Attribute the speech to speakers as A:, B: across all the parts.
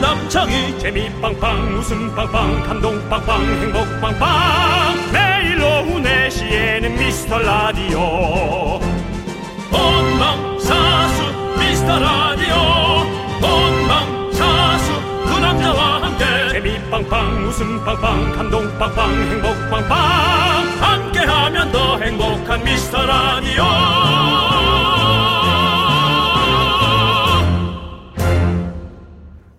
A: 남창희
B: 재미 빵빵 웃음 빵빵 감동 빵빵 행복 빵빵 매일 오후 4시에는 미스터 라디오
A: 본방사수 미스터 라디오 본방사수 그 남자와 함께
B: 재미 빵빵 웃음 빵빵 감동 빵빵 행복 빵빵
A: 함께하면 더 행복한 미스터 라디오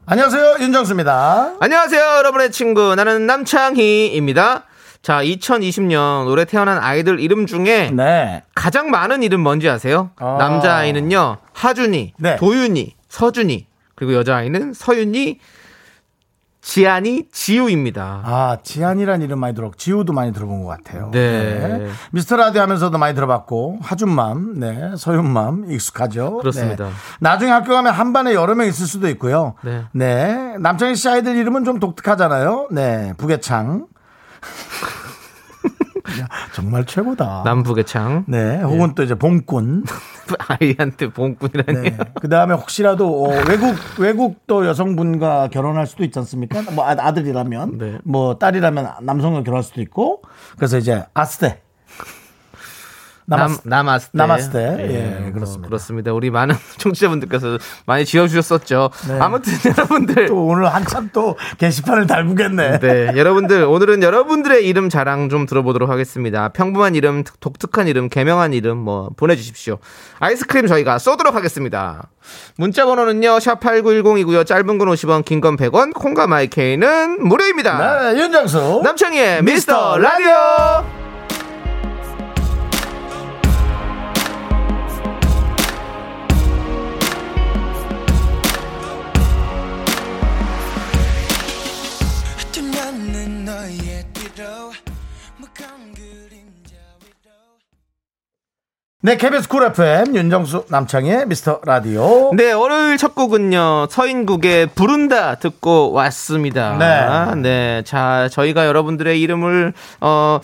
C: 안녕하세요 윤정수입니다.
D: 안녕하세요, 여러분의 친구. 나는 남창희입니다. 자, 2020년 올해 태어난 아이들 이름 중에
C: 네.
D: 가장 많은 이름 뭔지 아세요?
C: 아.
D: 남자아이는요, 하준이,
C: 네.
D: 도윤이, 서준이, 그리고 여자아이는 서윤이, 지안이, 지우입니다.
C: 아 지한이란 이름 많이 들었고 지우도 많이 들어본 것 같아요.
D: 네.
C: 미스터 라디오 하면서도 많이 들어봤고 하준맘, 네 서윤맘 익숙하죠.
D: 그렇습니다.
C: 네. 나중에 학교 가면 한 반에 여러 명 있을 수도 있고요.
D: 네.
C: 네. 남창희 씨 아이들 이름은 좀 독특하잖아요. 네. 부계창. 야, 정말 최고다.
D: 남북의 예. 창.
C: 네. 혹은 또 이제 봉꾼.
D: 아이한테 봉꾼이라니요.
C: 네. 그 다음에 혹시라도 어, 외국 외국 또 여성분과 결혼할 수도 있지 않습니까? 뭐 아- 아들이라면,
D: 네.
C: 뭐 딸이라면 남성과 결혼할 수도 있고. 그래서 이제 아스테.
D: 남,
C: 남아스-
D: 남아스 때.
C: 남아스테. 예, 그렇습니다.
D: 그렇습니다. 우리 많은 청취자분들께서 많이 지어주셨었죠. 아무튼 여러분들.
C: 네. 또 오늘 한참 또 게시판을 달구겠네.
D: 네, 여러분들 오늘은 여러분들의 이름 자랑 좀 들어보도록 하겠습니다. 평범한 이름, 특- 독특한 이름, 개명한 이름 뭐 보내주십시오. 아이스크림 저희가 쏘도록 하겠습니다. 문자 번호는요 샵 #8910이고요. 짧은 건 50원, 긴 건 100원, 콩과 마이케이는 무료입니다.
C: 네, 윤정수.
D: 남창희의 미스터
C: 미스터
D: 라디오.
C: 네, KBS 쿨 FM 윤정수 남창희의 미스터 라디오.
D: 네, 월요일 첫 곡은요, 서인국의 부른다 듣고 왔습니다.
C: 네.
D: 네, 자, 저희가 여러분들의 이름을, 어,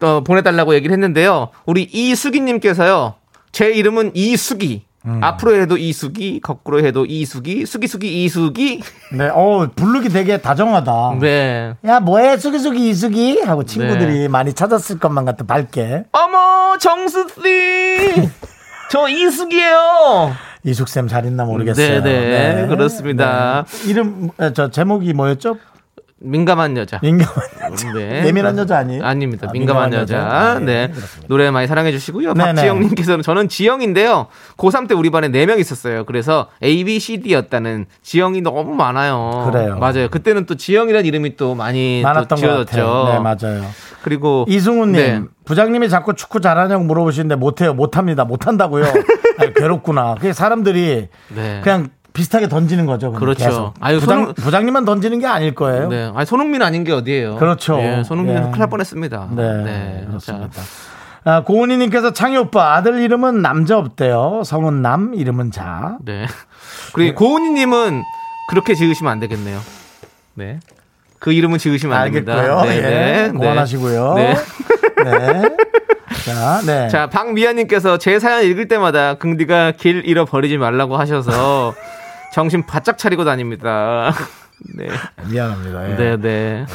D: 어, 보내달라고 얘기를 했는데요. 우리 이수기님께서요, 제 이름은 이수기. 앞으로 해도 이수기, 거꾸로 해도 이수기, 수기수기 이수기.
C: 네, 어 부르기 되게 다정하다.
D: 네.
C: 야, 뭐해? 수기수기 이수기 하고 친구들이
D: 네.
C: 많이 찾았을 것만 같은 밝게
D: 어머, 정수씨! 저 이수기예요
C: 이숙쌤 잘 있나 모르겠어요.
D: 네, 네, 그렇습니다.
C: 네. 이름 에, 저 제목이 뭐였죠?
D: 민감한 여자.
C: 민감한 여자.
D: 네.
C: 예민한 여자 아니에요?
D: 아닙니다.
C: 아,
D: 민감한, 여자. 네.
C: 그렇습니다.
D: 노래 많이 사랑해 주시고요.
C: 네네.
D: 박지영님께서는 저는 지영인데요. 고3 때 우리 반에 4명 있었어요. 그래서 A, B, C, D였다는 지영이 너무 많아요.
C: 그래요.
D: 맞아요. 그때는 또 지영이라는 이름이 또 많이 또
C: 많았던 것
D: 지어졌죠.
C: 같아요. 네, 맞아요.
D: 그리고
C: 이승우님
D: 네.
C: 부장님이 자꾸 축구 잘하냐고 물어보시는데 못해요, 못합니다, 못한다고요. 아니, 괴롭구나. 그게 사람들이
D: 네.
C: 그냥 비슷하게 던지는 거죠. 그냥
D: 그렇죠.
C: 계속.
D: 아유,
C: 부장,
D: 손흥-
C: 부장님만 던지는 게 아닐 거예요. 네.
D: 네. 아니, 손흥민 아닌 게 어디예요?
C: 그렇죠.
D: 예, 손흥민
C: 예. 네,
D: 큰일 날 뻔했습니다. 네, 그렇죠.
C: 그렇습니다.
D: 자,
C: 아, 고은이님께서 창희 오빠 아들 이름은 남자 없대요. 성은 남, 이름은 자.
D: 네. 그리고 고은이님은 그렇게 지으시면 안 되겠네요. 네. 그 이름은 지으시면 안 됩니다.
C: 알겠고요.
D: 네,
C: 예,
D: 네, 네.
C: 고만하시고요. 네.
D: 네.
C: 자, 네.
D: 자, 박미아님께서 제 사연 읽을 때마다 긍디가 길 잃어버리지 말라고 하셔서 정신 바짝 차리고 다닙니다. 네,
C: 미안합니다. 예.
D: 네, 네.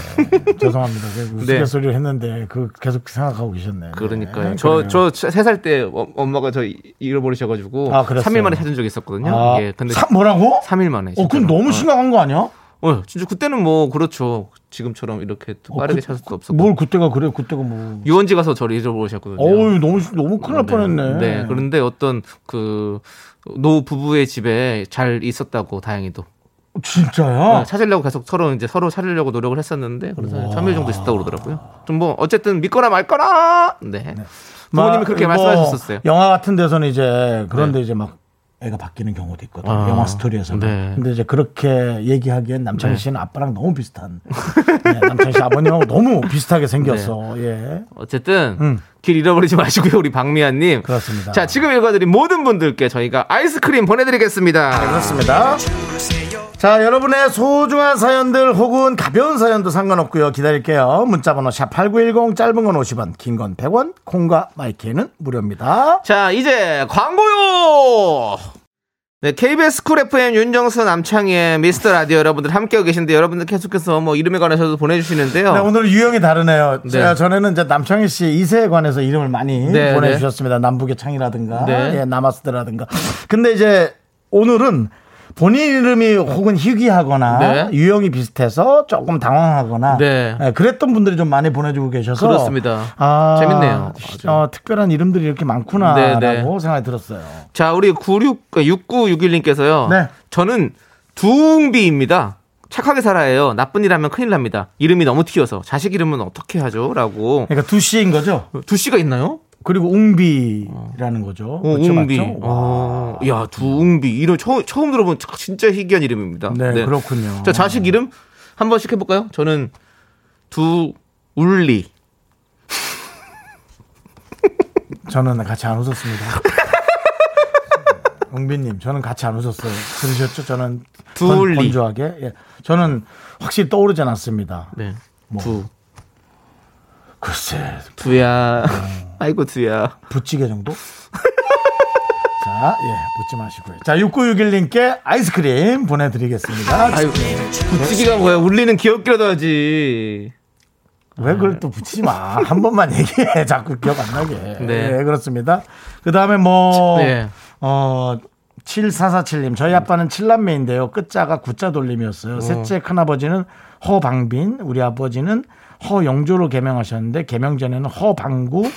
C: 죄송합니다. 계속
D: 네.
C: 우스갯소리를 했는데 그 계속 생각하고 계셨네요.
D: 그러니까요. 저, 저 세 살 때 어, 엄마가 저 잃어버리셔가지고
C: 아, 그랬어요?
D: 3일 만에 찾은 적이 있었거든요.
C: 아,
D: 예, 근데
C: 사- 뭐라고?
D: 3일 만에.
C: 어, 그건
D: 진짜로.
C: 너무 심각한 거 아니야?
D: 어, 어, 진짜 그때는 뭐 그렇죠. 지금처럼 이렇게 또 빠르게
C: 그-
D: 찾을 수도 없었고.
C: 뭘 그때가 그래요? 그때가 뭐.
D: 유원지 가서 저를 잃어버리셨거든요.
C: 어우, 너무, 너무 큰일 날 뻔했네.
D: 네, 그런데 어떤 그 노 부부의 집에 잘 있었다고 다행히도
C: 어, 진짜야?
D: 네, 찾으려고 계속 서로 이제 서로 찾으려고 노력을 했었는데 그래서 한 3일 정도 있었다고 그러더라고요. 좀 뭐 어쨌든 믿거나 말거나. 네. 부모님이
C: 막
D: 그렇게
C: 뭐
D: 말씀하셨었어요. 네.
C: 영화 같은 데서는 이제 그런데 이제 막 애가 바뀌는 경우도 있거든. 요
D: 아,
C: 영화 스토리에서는.
D: 네.
C: 근데 이제 그렇게 얘기하기엔 남창희 씨는 아빠랑 너무 비슷한. 네, 남창희 씨 아버님하고 너무 비슷하게 생겼어.
D: 네.
C: 예.
D: 어쨌든 길 잃어버리지 마시고요, 우리 박미아 님.
C: 그렇습니다.
D: 자, 지금 읽어드린 모든 분들께 저희가 아이스크림 보내드리겠습니다.
C: 그렇습니다. 자, 여러분의 소중한 사연들 혹은 가벼운 사연도 상관없고요. 기다릴게요. 문자번호 샵8910 짧은 건 50원, 긴 건 100원, 콩과 마이크는 무료입니다.
D: 자, 이제 광고요! 네, KBS 쿨 FM 윤정수 남창희의 미스터 라디오 여러분들 함께하고 계신데 여러분들 계속해서 뭐 이름에 관해서도 보내주시는데요.
C: 네, 오늘 유형이 다르네요.
D: 어. 네.
C: 제가 전에는 이제 남창희 씨 이세에 관해서 이름을 많이
D: 네,
C: 보내주셨습니다. 남북의 창이라든가,
D: 네.
C: 예, 나마스드라든가. 근데 이제 오늘은 본인 이름이 혹은 희귀하거나
D: 네.
C: 유형이 비슷해서 조금 당황하거나
D: 네.
C: 예, 그랬던 분들이 좀 많이 보내주고 계셔서
D: 그렇습니다.
C: 아,
D: 재밌네요.
C: 어, 아주. 특별한 이름들이 이렇게 많구나라고
D: 네, 네.
C: 생각이 들었어요.
D: 자, 우리 96, 6961님께서요.
C: 네.
D: 저는 두웅비입니다. 착하게 살아요. 나쁜 일 하면 큰일 납니다. 이름이 너무 튀어서. 자식 이름은 어떻게 하죠? 라고.
C: 그러니까 두 씨인 거죠.
D: 두씨가 있나요?
C: 그리고 웅비라는 거죠.
D: 어,
C: 그렇죠,
D: 웅비.
C: 맞죠?
D: 어, 야, 두웅비. 이름 처, 처음 들어본 진짜 희귀한 이름입니다.
C: 네, 그렇군요.
D: 자, 자식 이름 한 번씩 해볼까요? 저는 두울리.
C: 저는 같이 안 웃었습니다. 웅빈님, 저는 같이 안 웃었어요. 들으셨죠? 저는 건-
D: 둘리.
C: 건조하게. 예. 저는 확실히 떠오르지 않았습니다.
D: 네.
C: 뭐.
D: 두.
C: 글쎄,
D: 두야. 아이고, 두야.
C: 부찌개 정도? 자, 예, 웃지 마시고요. 자, 6961님께 아이스크림 보내드리겠습니다.
D: 아이고. 부찌개가 뭐야. 울리는 귀엽게라도 하지.
C: 왜 그걸 또 붙이지 마. 한 번만 얘기해. 자꾸 기억 안 나게.
D: 네.
C: 네, 그렇습니다. 그 다음에 뭐,
D: 네.
C: 어, 7447님, 저희 아빠는 칠남매인데요 끝자가 구자 돌림이었어요. 셋째 큰아버지는 허방빈, 우리 아버지는 허영조로 개명하셨는데, 개명 전에는 허방구,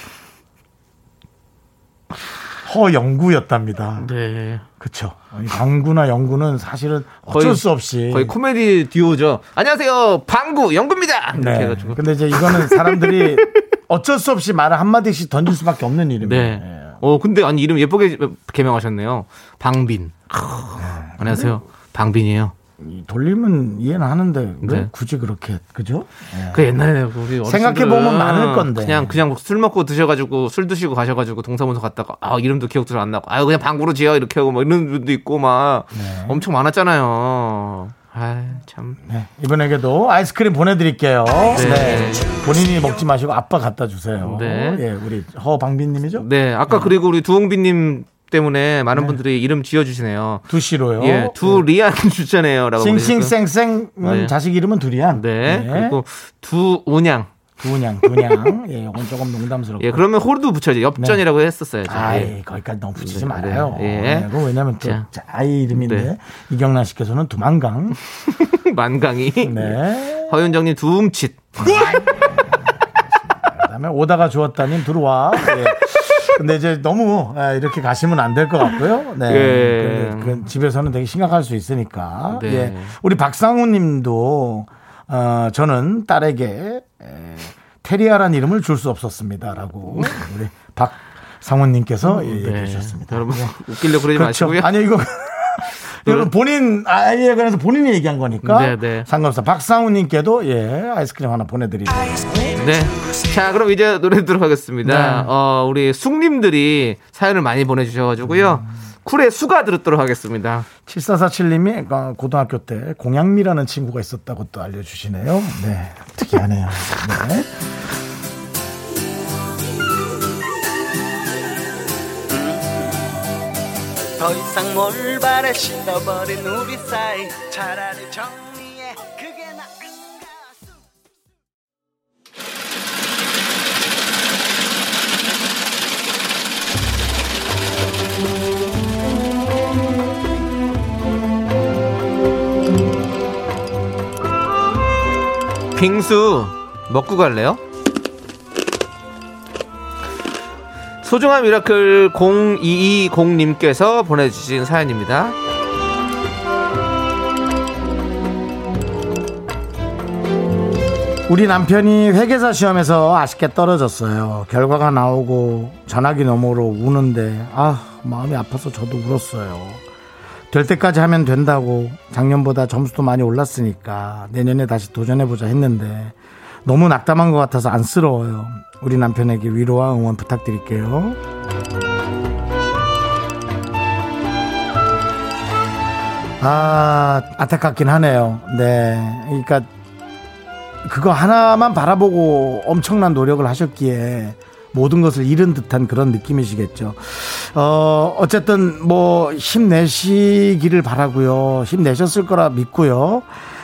C: 허영구였답니다.
D: 네.
C: 그쵸. 이 방구나 영구는 사실은 어쩔
D: 거의-
C: 수 없이.
D: 거의 코미디 듀오죠. 안녕하세요. 방구 영구입니다. 이렇게
C: 네.
D: 해가지고.
C: 근데 이제 이거는 사람들이 어쩔 수 없이 말을 한마디씩 던질 수밖에 없는 일입니다.
D: 네.
C: 예.
D: 어 근데 아니 이름 예쁘게 개명하셨네요. 방빈. 크, 안녕하세요. 방빈이에요.
C: 이 돌림은 이해는 하는데 왜
D: 네.
C: 굳이 그렇게 그죠? 예.
D: 그 옛날에 우리 어르신들은
C: 생각해보면 많을 건데.
D: 그냥 그냥 술 먹고 드셔가지고 술 드시고 가셔가지고 동사무소 갔다가 아 이름도 기억도 안 나고 아유 그냥 방구로 지어 이렇게 하고 막 이런 분도 있고 막 엄청 많았잖아요. 아참
C: 네. 이번에게도 아이스크림 보내드릴게요.
D: 네.
C: 네. 본인이 먹지 마시고 아빠 갖다 주세요.
D: 네.
C: 예, 우리 허방빈님이죠?
D: 네 아까 그리고 우리 두홍빈님 때문에 많은
C: 네.
D: 분들이 이름 지어주시네요.
C: 두 씨로요.
D: 예, 두 리안 주잖아요라고
C: 싱싱쌩쌩은
D: 네.
C: 자식 이름은 두리안.
D: 네.
C: 예.
D: 그리고 두 온양.
C: 두냥 두냥. 예, 이건 조금 농담스럽고.
D: 예, 그러면 호르도 붙여야지. 엽전이라고 했었어야죠. 예.
C: 아이 거기까지 너무 붙이지
D: 네,
C: 말아요.
D: 네, 예.
C: 네, 그거 왜냐면 또
D: 자.
C: 자, 아이 이름인데
D: 네.
C: 이경란 씨께서는 두만강.
D: 만강이.
C: 네.
D: 허윤정님 두음칫.
C: 그다음에 오다가 주었다님 들어와. 예. 근데 이제 너무 아, 이렇게 가시면 안 될 것 같고요. 네.
D: 예.
C: 근데 그건 집에서는 되게 심각할 수 있으니까.
D: 네.
C: 예. 우리 박상우님도 어, 저는 딸에게 에, 테리아란 이름을 줄 수 없었습니다라고 우리 박상우님께서 예, 얘기해 주셨습니다. 그렇죠.
D: 여러분 웃기려고 음, 네. 그러지 마시고요.
C: 아니요, 이거. 이거는 본인 아이에 관해서 본인이 얘기한 거니까
D: 네, 네.
C: 상관없어. 박상우님께도 예 아이스크림 하나 보내드리고
D: 네. 자, 그럼 이제 노래 듣도록 하겠습니다. 어, 우리 숙님들이 사연을 많이 보내 주셔 가지고요. 쿨의 수가 들었도록 하겠습니다.
C: 7447님이 어, 고등학교 때 공양미라는 친구가 있었다고 또 알려주시네요. 네, 특이하네요. 네.
E: 더 이상 올바래 신어버린 우리 사이 차라리 정리해 그게 나은가
D: 빙수 먹고 갈래요? 소중한 미라클 0220님께서 보내주신 사연입니다.
C: 우리 남편이 회계사 시험에서 아쉽게 떨어졌어요. 결과가 나오고 전화기 너머로 우는데 아 마음이 아파서 저도 울었어요. 될 때까지 하면 된다고 작년보다 점수도 많이 올랐으니까 내년에 다시 도전해보자 했는데 너무 낙담한 것 같아서 안쓰러워요. 우리 남편에게 위로와 응원 부탁드릴게요. 아 안타깝긴 하네요. 네, 그러니까 그거 하나만 바라보고 엄청난 노력을 하셨기에 모든 것을 잃은 듯한 그런 느낌이시겠죠. 어, 어쨌든 뭐 힘내시기를 바라고요. 힘내셨을 거라 믿고요.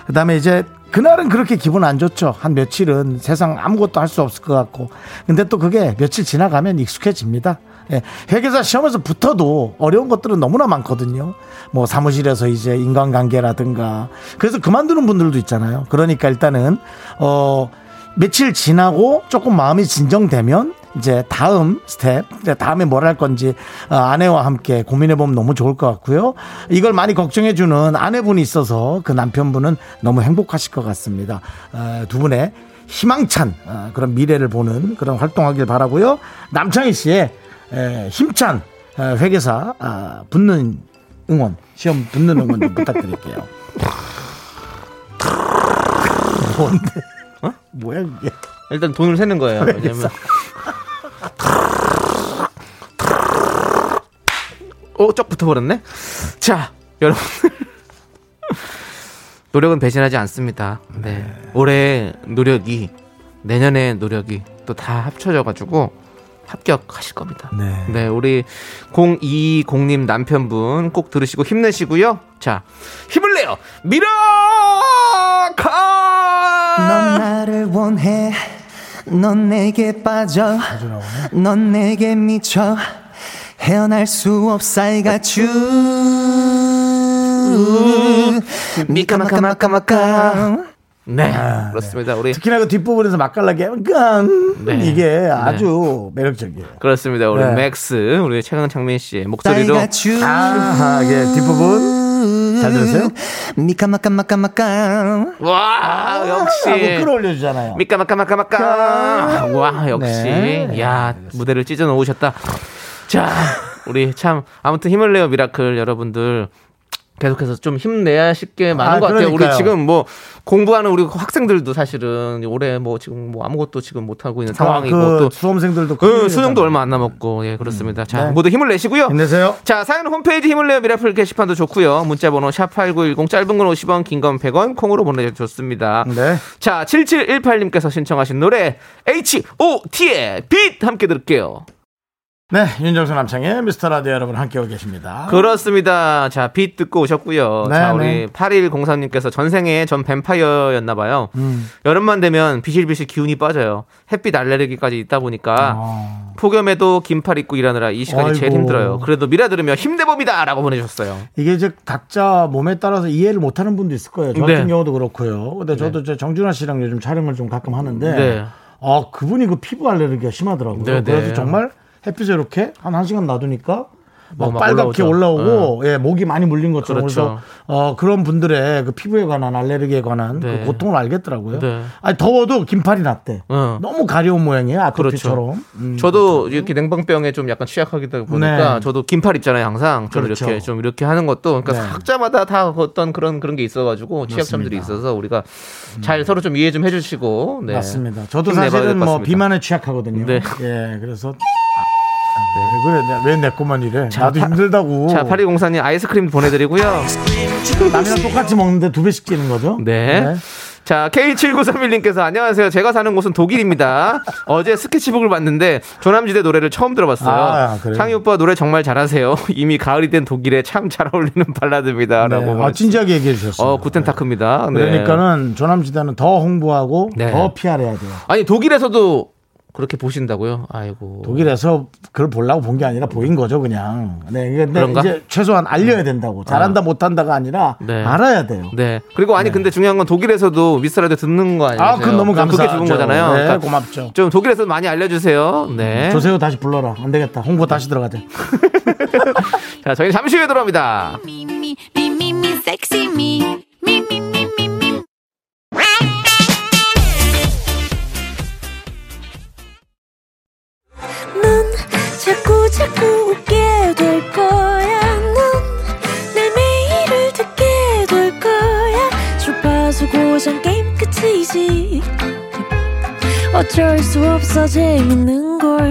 C: 그다음에 이제 그날은 그렇게 기분 안 좋죠. 한 며칠은 세상 아무것도 할 수 없을 것 같고. 근데 또 그게 며칠 지나가면 익숙해집니다. 예, 회계사 시험에서 붙어도 어려운 것들은 너무나 많거든요. 뭐 사무실에서 이제 인간관계라든가. 그래서 그만두는 분들도 있잖아요. 그러니까 일단은, 어, 며칠 지나고 조금 마음이 진정되면 이제 다음 스텝, 이제 다음에 뭘 할 건지 어, 아내와 함께 고민해보면 너무 좋을 것 같고요. 이걸 많이 걱정해주는 아내분이 있어서 그 남편분은 너무 행복하실 것 같습니다. 어, 두 분의 희망찬 어, 그런 미래를 보는 그런 활동하길 바라고요. 남창희 씨의 에, 힘찬 에, 회계사 아, 붙는 응원, 시험 붙는 응원 좀 부탁드릴게요. 뭔데? 어? 뭐야 이게?
D: 일단 돈을 세는 거예요. 왜냐면 오, 쩍 붙어버렸네. 자, 여러분들 노력은 배신하지 않습니다. 네, 올해 노력이 내년의 노력이 또 다 합쳐져가지고 합격하실 겁니다.
C: 네.
D: 네, 우리 020님 남편분 꼭 들으시고 힘내시고요. 자, 힘을 내요. 미라카.
F: 넌 나를 원해 넌 내게 빠져 넌 내게 미쳐 헤어날 수 없어 I got you
C: 음,
D: 미카마카마카마카. 네,
C: 아,
D: 그렇습니다. 우리
C: 특히나 그 뒷부분에서 맛깔나게 깡
D: 네.
C: 이게 아주 매력적이에요.
D: 그렇습니다. 우리
C: 네.
D: 맥스, 우리 최강 창민 씨의
F: I
D: 목소리로
F: got you
C: 아하, 예, 뒷부분 잘 들으세요?
F: 미카마카마카마카
D: 와
C: 하고
D: 아, 역시
C: 아, 뭐 끌어올려주잖아요.
D: 미까마까마까마까 와 역시
C: 네.
D: 야 무대를 찢어 놓으셨다. 자 우리 참 아무튼 힘을 내요 미라클 여러분들. 계속해서 좀 힘내야 쉽게
C: 아,
D: 많은 것 같아요. 우리
C: 그러니까요.
D: 지금 뭐 공부하는 우리 학생들도 사실은 올해 뭐 지금 뭐 아무것도 지금 못 하고 있는 상황이고
C: 아, 그
D: 또
C: 수험생들도
D: 응,
C: 큰일이잖아요.
D: 수능도 얼마 안 남았고 예 그렇습니다. 자
C: 네.
D: 모두 힘을 내시고요.
C: 힘내세요.
D: 자, 사연 홈페이지 힘을 내요 미라클 게시판도 좋고요. 문자 번호 샵8910 짧은 건 50원, 긴 건 100원 콩으로 보내 주습니다
C: 네.
D: 자, 7718님께서 신청하신 노래 H.O.T의 빛 함께 들을게요.
C: 네, 윤정수 남창의 미스터 라디오 여러분 함께하고 계십니다.
D: 그렇습니다. 자, 빛 듣고 오셨고요.
C: 아. 네,
D: 자,
C: 네.
D: 우리 8103님께서 전생에 전 뱀파이어였나 봐요.
C: 음.
D: 여름만 되면 비실비실 기운이 빠져요. 햇빛 알레르기까지 있다 보니까
C: 어,
D: 폭염에도 긴팔 입고 일하느라 이 시간이 제일
C: 아이고.
D: 힘들어요. 그래도 미라 들으며 힘내봅니다라고 보내주셨어요.
C: 이게 이제 각자 몸에 따라서 이해를 못하는 분도 있을 거예요. 저 같은
D: 네.
C: 경우도 그렇고요. 근데 저도 이제 정준하 씨랑 요즘 촬영을 좀 가끔 하는데,
D: 네.
C: 아 그분이 그 피부 알레르기가 심하더라고요.
D: 네, 네.
C: 그래서 정말 햇빛에 이렇게 한 한 시간 놔두니까 막
D: 어, 막
C: 빨갛게
D: 올라오죠. 어.
C: 올라오고, 예, 목이 많이 물린 것처럼 그
D: 그렇죠.
C: 래서 어, 그런 분들의 그 피부에 관한 알레르기에 관한
D: 네.
C: 그 고통을 알겠더라고요.
D: 네.
C: 아니 더워도 긴팔이 낫대.
D: 어. 그렇죠.
C: 너무 가려운 모양이에요. 아토피처럼. 음.
D: 저도 이렇게 냉방병에 좀 약간 취약하기다 보니까
C: 네.
D: 저도 긴팔 입잖아요 항상 저는
C: 그렇죠.
D: 이렇게 좀 이렇게 하는 것도 그러니까
C: 네.
D: 각자마다 다 어떤 그런 그런 게 있어가지고 취약점들이 있어서 우리가 잘 서로 좀 이해 좀 해주시고 네.
C: 음. 맞습니다. 저도
D: 힘내봐야
C: 사실은
D: 될것
C: 뭐
D: 같습니다.
C: 비만에 취약하거든요.
D: 네.
C: 예, 그래서 아, 왜 그래? 왜내 것만 이래? 나도
D: 파-
C: 힘들다고.
D: 자 파리공사님 아이스크림 보내드리고요
C: 남이랑 똑같이 먹는데 두 배씩 찌는 거죠?
D: 네. 자, K7931님께서 안녕하세요. 제가 사는 곳은 독일입니다. 어제 스케치북을 봤는데 조남지대 노래를 처음 들어봤어요.
C: 아, 그래요?
D: 창희 오빠 노래 정말 잘하세요. 이미 가을이 된 독일에 참 잘 어울리는 발라드입니다.
C: 네.
D: 라고.
C: 아,
D: 보내주-
C: 진지하게 얘기해 주셨어요.
D: 어, 구텐타크입니다. 네.
C: 그러니까는 조남지대는 더 홍보하고
D: 네.
C: 더 PR해야 돼요.
D: 아니, 독일에서도 그렇게 보신다고요? 아이고.
C: 독일에서 그걸 보려고 본 게 아니라 보인 거죠, 그냥. 네, 근데
D: 그런가? 음. 아.
C: 이제 최소한 알려야 된다고. 잘한다 못한다가 아니라
D: 네.
C: 알아야 돼요.
D: 네. 그리고 아니 근데 중요한 건 독일에서도 미스라도 듣는 거 아니에요?
C: 아, 그건 너무
D: 네. 그게
C: 감사하죠.
D: 좋은 거잖아요. 그러니까
C: 네, 고맙죠. 음,
D: 좀 독일에서 많이 알려주세요. 네.
C: 조세호 다시 불러라. 안 되겠다. 홍보 다시 들어가자.
D: 자, 저희 는 잠시 후에 돌아옵니다.
G: Me, me, me, me, me, sexy me. Me, me, me, me, me.
H: 넌 자꾸 자꾸 웃게 될 거야. 넌내 매일을 듣게 될 거야. 주파수 고정 게임 끝이지. 어쩔 수 없어 재밌는 걸.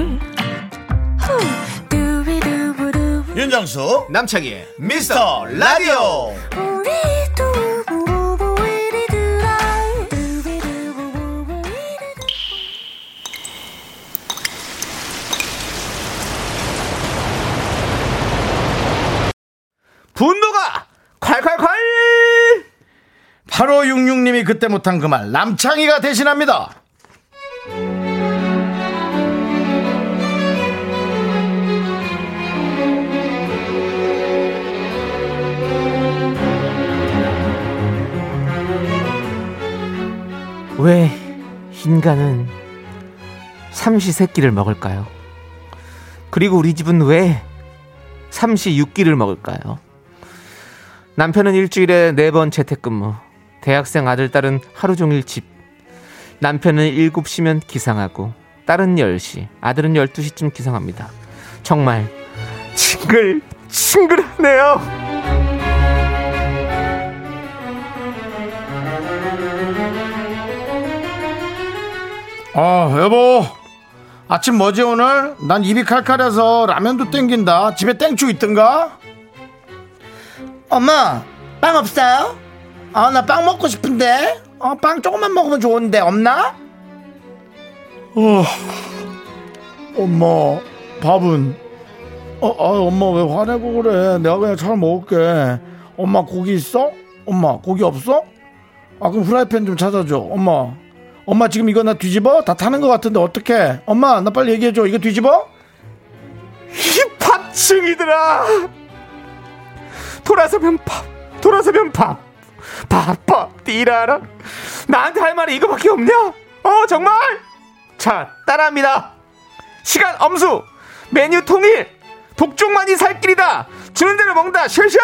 H: 후. 두비두부두.
E: 윤정수 남창희의 미스터 라디오
H: 우리 두부부부 우리 두라. 두비두부부부 우리 두라.
D: 분노가 콸콸콸
C: 8566님이 그때 못한 그 말 남창희가 대신합니다.
D: 왜 인간은 삼시세끼를 먹을까요? 그리고 우리 집은 왜 삼시육끼를 먹을까요? 남편은 일주일에 네 번 재택근무, 대학생 아들 딸은 하루 종일 집, 남편은 7시면 기상하고 딸은 10시, 아들은 12시쯤 기상합니다. 정말 징글 징글하네요.
C: 어, 여보. 아침 뭐지 오늘? 난 입이 칼칼해서 라면도 땡긴다. 집에 땡초 있던가? 엄마, 빵 없어요? 아, 나 빵 먹고 싶은데. 어, 빵 조금만 먹으면 좋은데 없나? 어. 엄마, 밥은 어, 아, 엄마 왜 화내고 그래? 내가 그냥 잘 먹을게. 엄마 고기 있어? 엄마 고기 없어? 아 그럼 후라이팬 좀 찾아줘 엄마 엄마 지금 이거 나 뒤집어? 다 타는 것 같은데 어떡해 엄마 나 빨리 얘기해줘 이거 뒤집어?
D: 힙합층이더라. 돌아서면 밥, 돌아서면 밥, 밥밥 띠라라. 나한테 할 말이 이거밖에 없냐? 어 정말? 자 따라합니다. 시간 엄수, 메뉴 통일, 독종만이 살 길이다. 주는 대로 먹는다. 쉐쉐.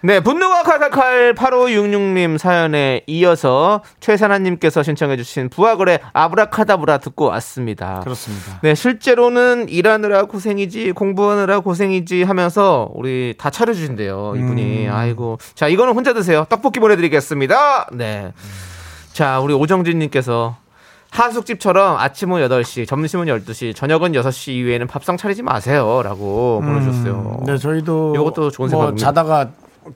D: 네, 분노가 칼칼칼 8566님 사연에 이어서 최산아님께서 신청해주신 부하걸의 아브라카다브라 듣고 왔습니다.
C: 그렇습니다
D: 네, 실제로는 일하느라 고생이지 공부하느라 고생이지 하면서 우리 다 차려주신대요. 이분이.
C: 음.
D: 아이고. 자, 이거는 혼자 드세요. 떡볶이 보내드리겠습니다. 네. 자, 우리 오정진님께서 하숙집처럼 아침은 8시, 점심은 12시, 저녁은 6시 이후에는 밥상 차리지 마세요. 라고 보내주셨어요.
C: 음. 네 저희도
D: 이것도 좋은
C: 뭐
D: 생각입니다.
C: 자다가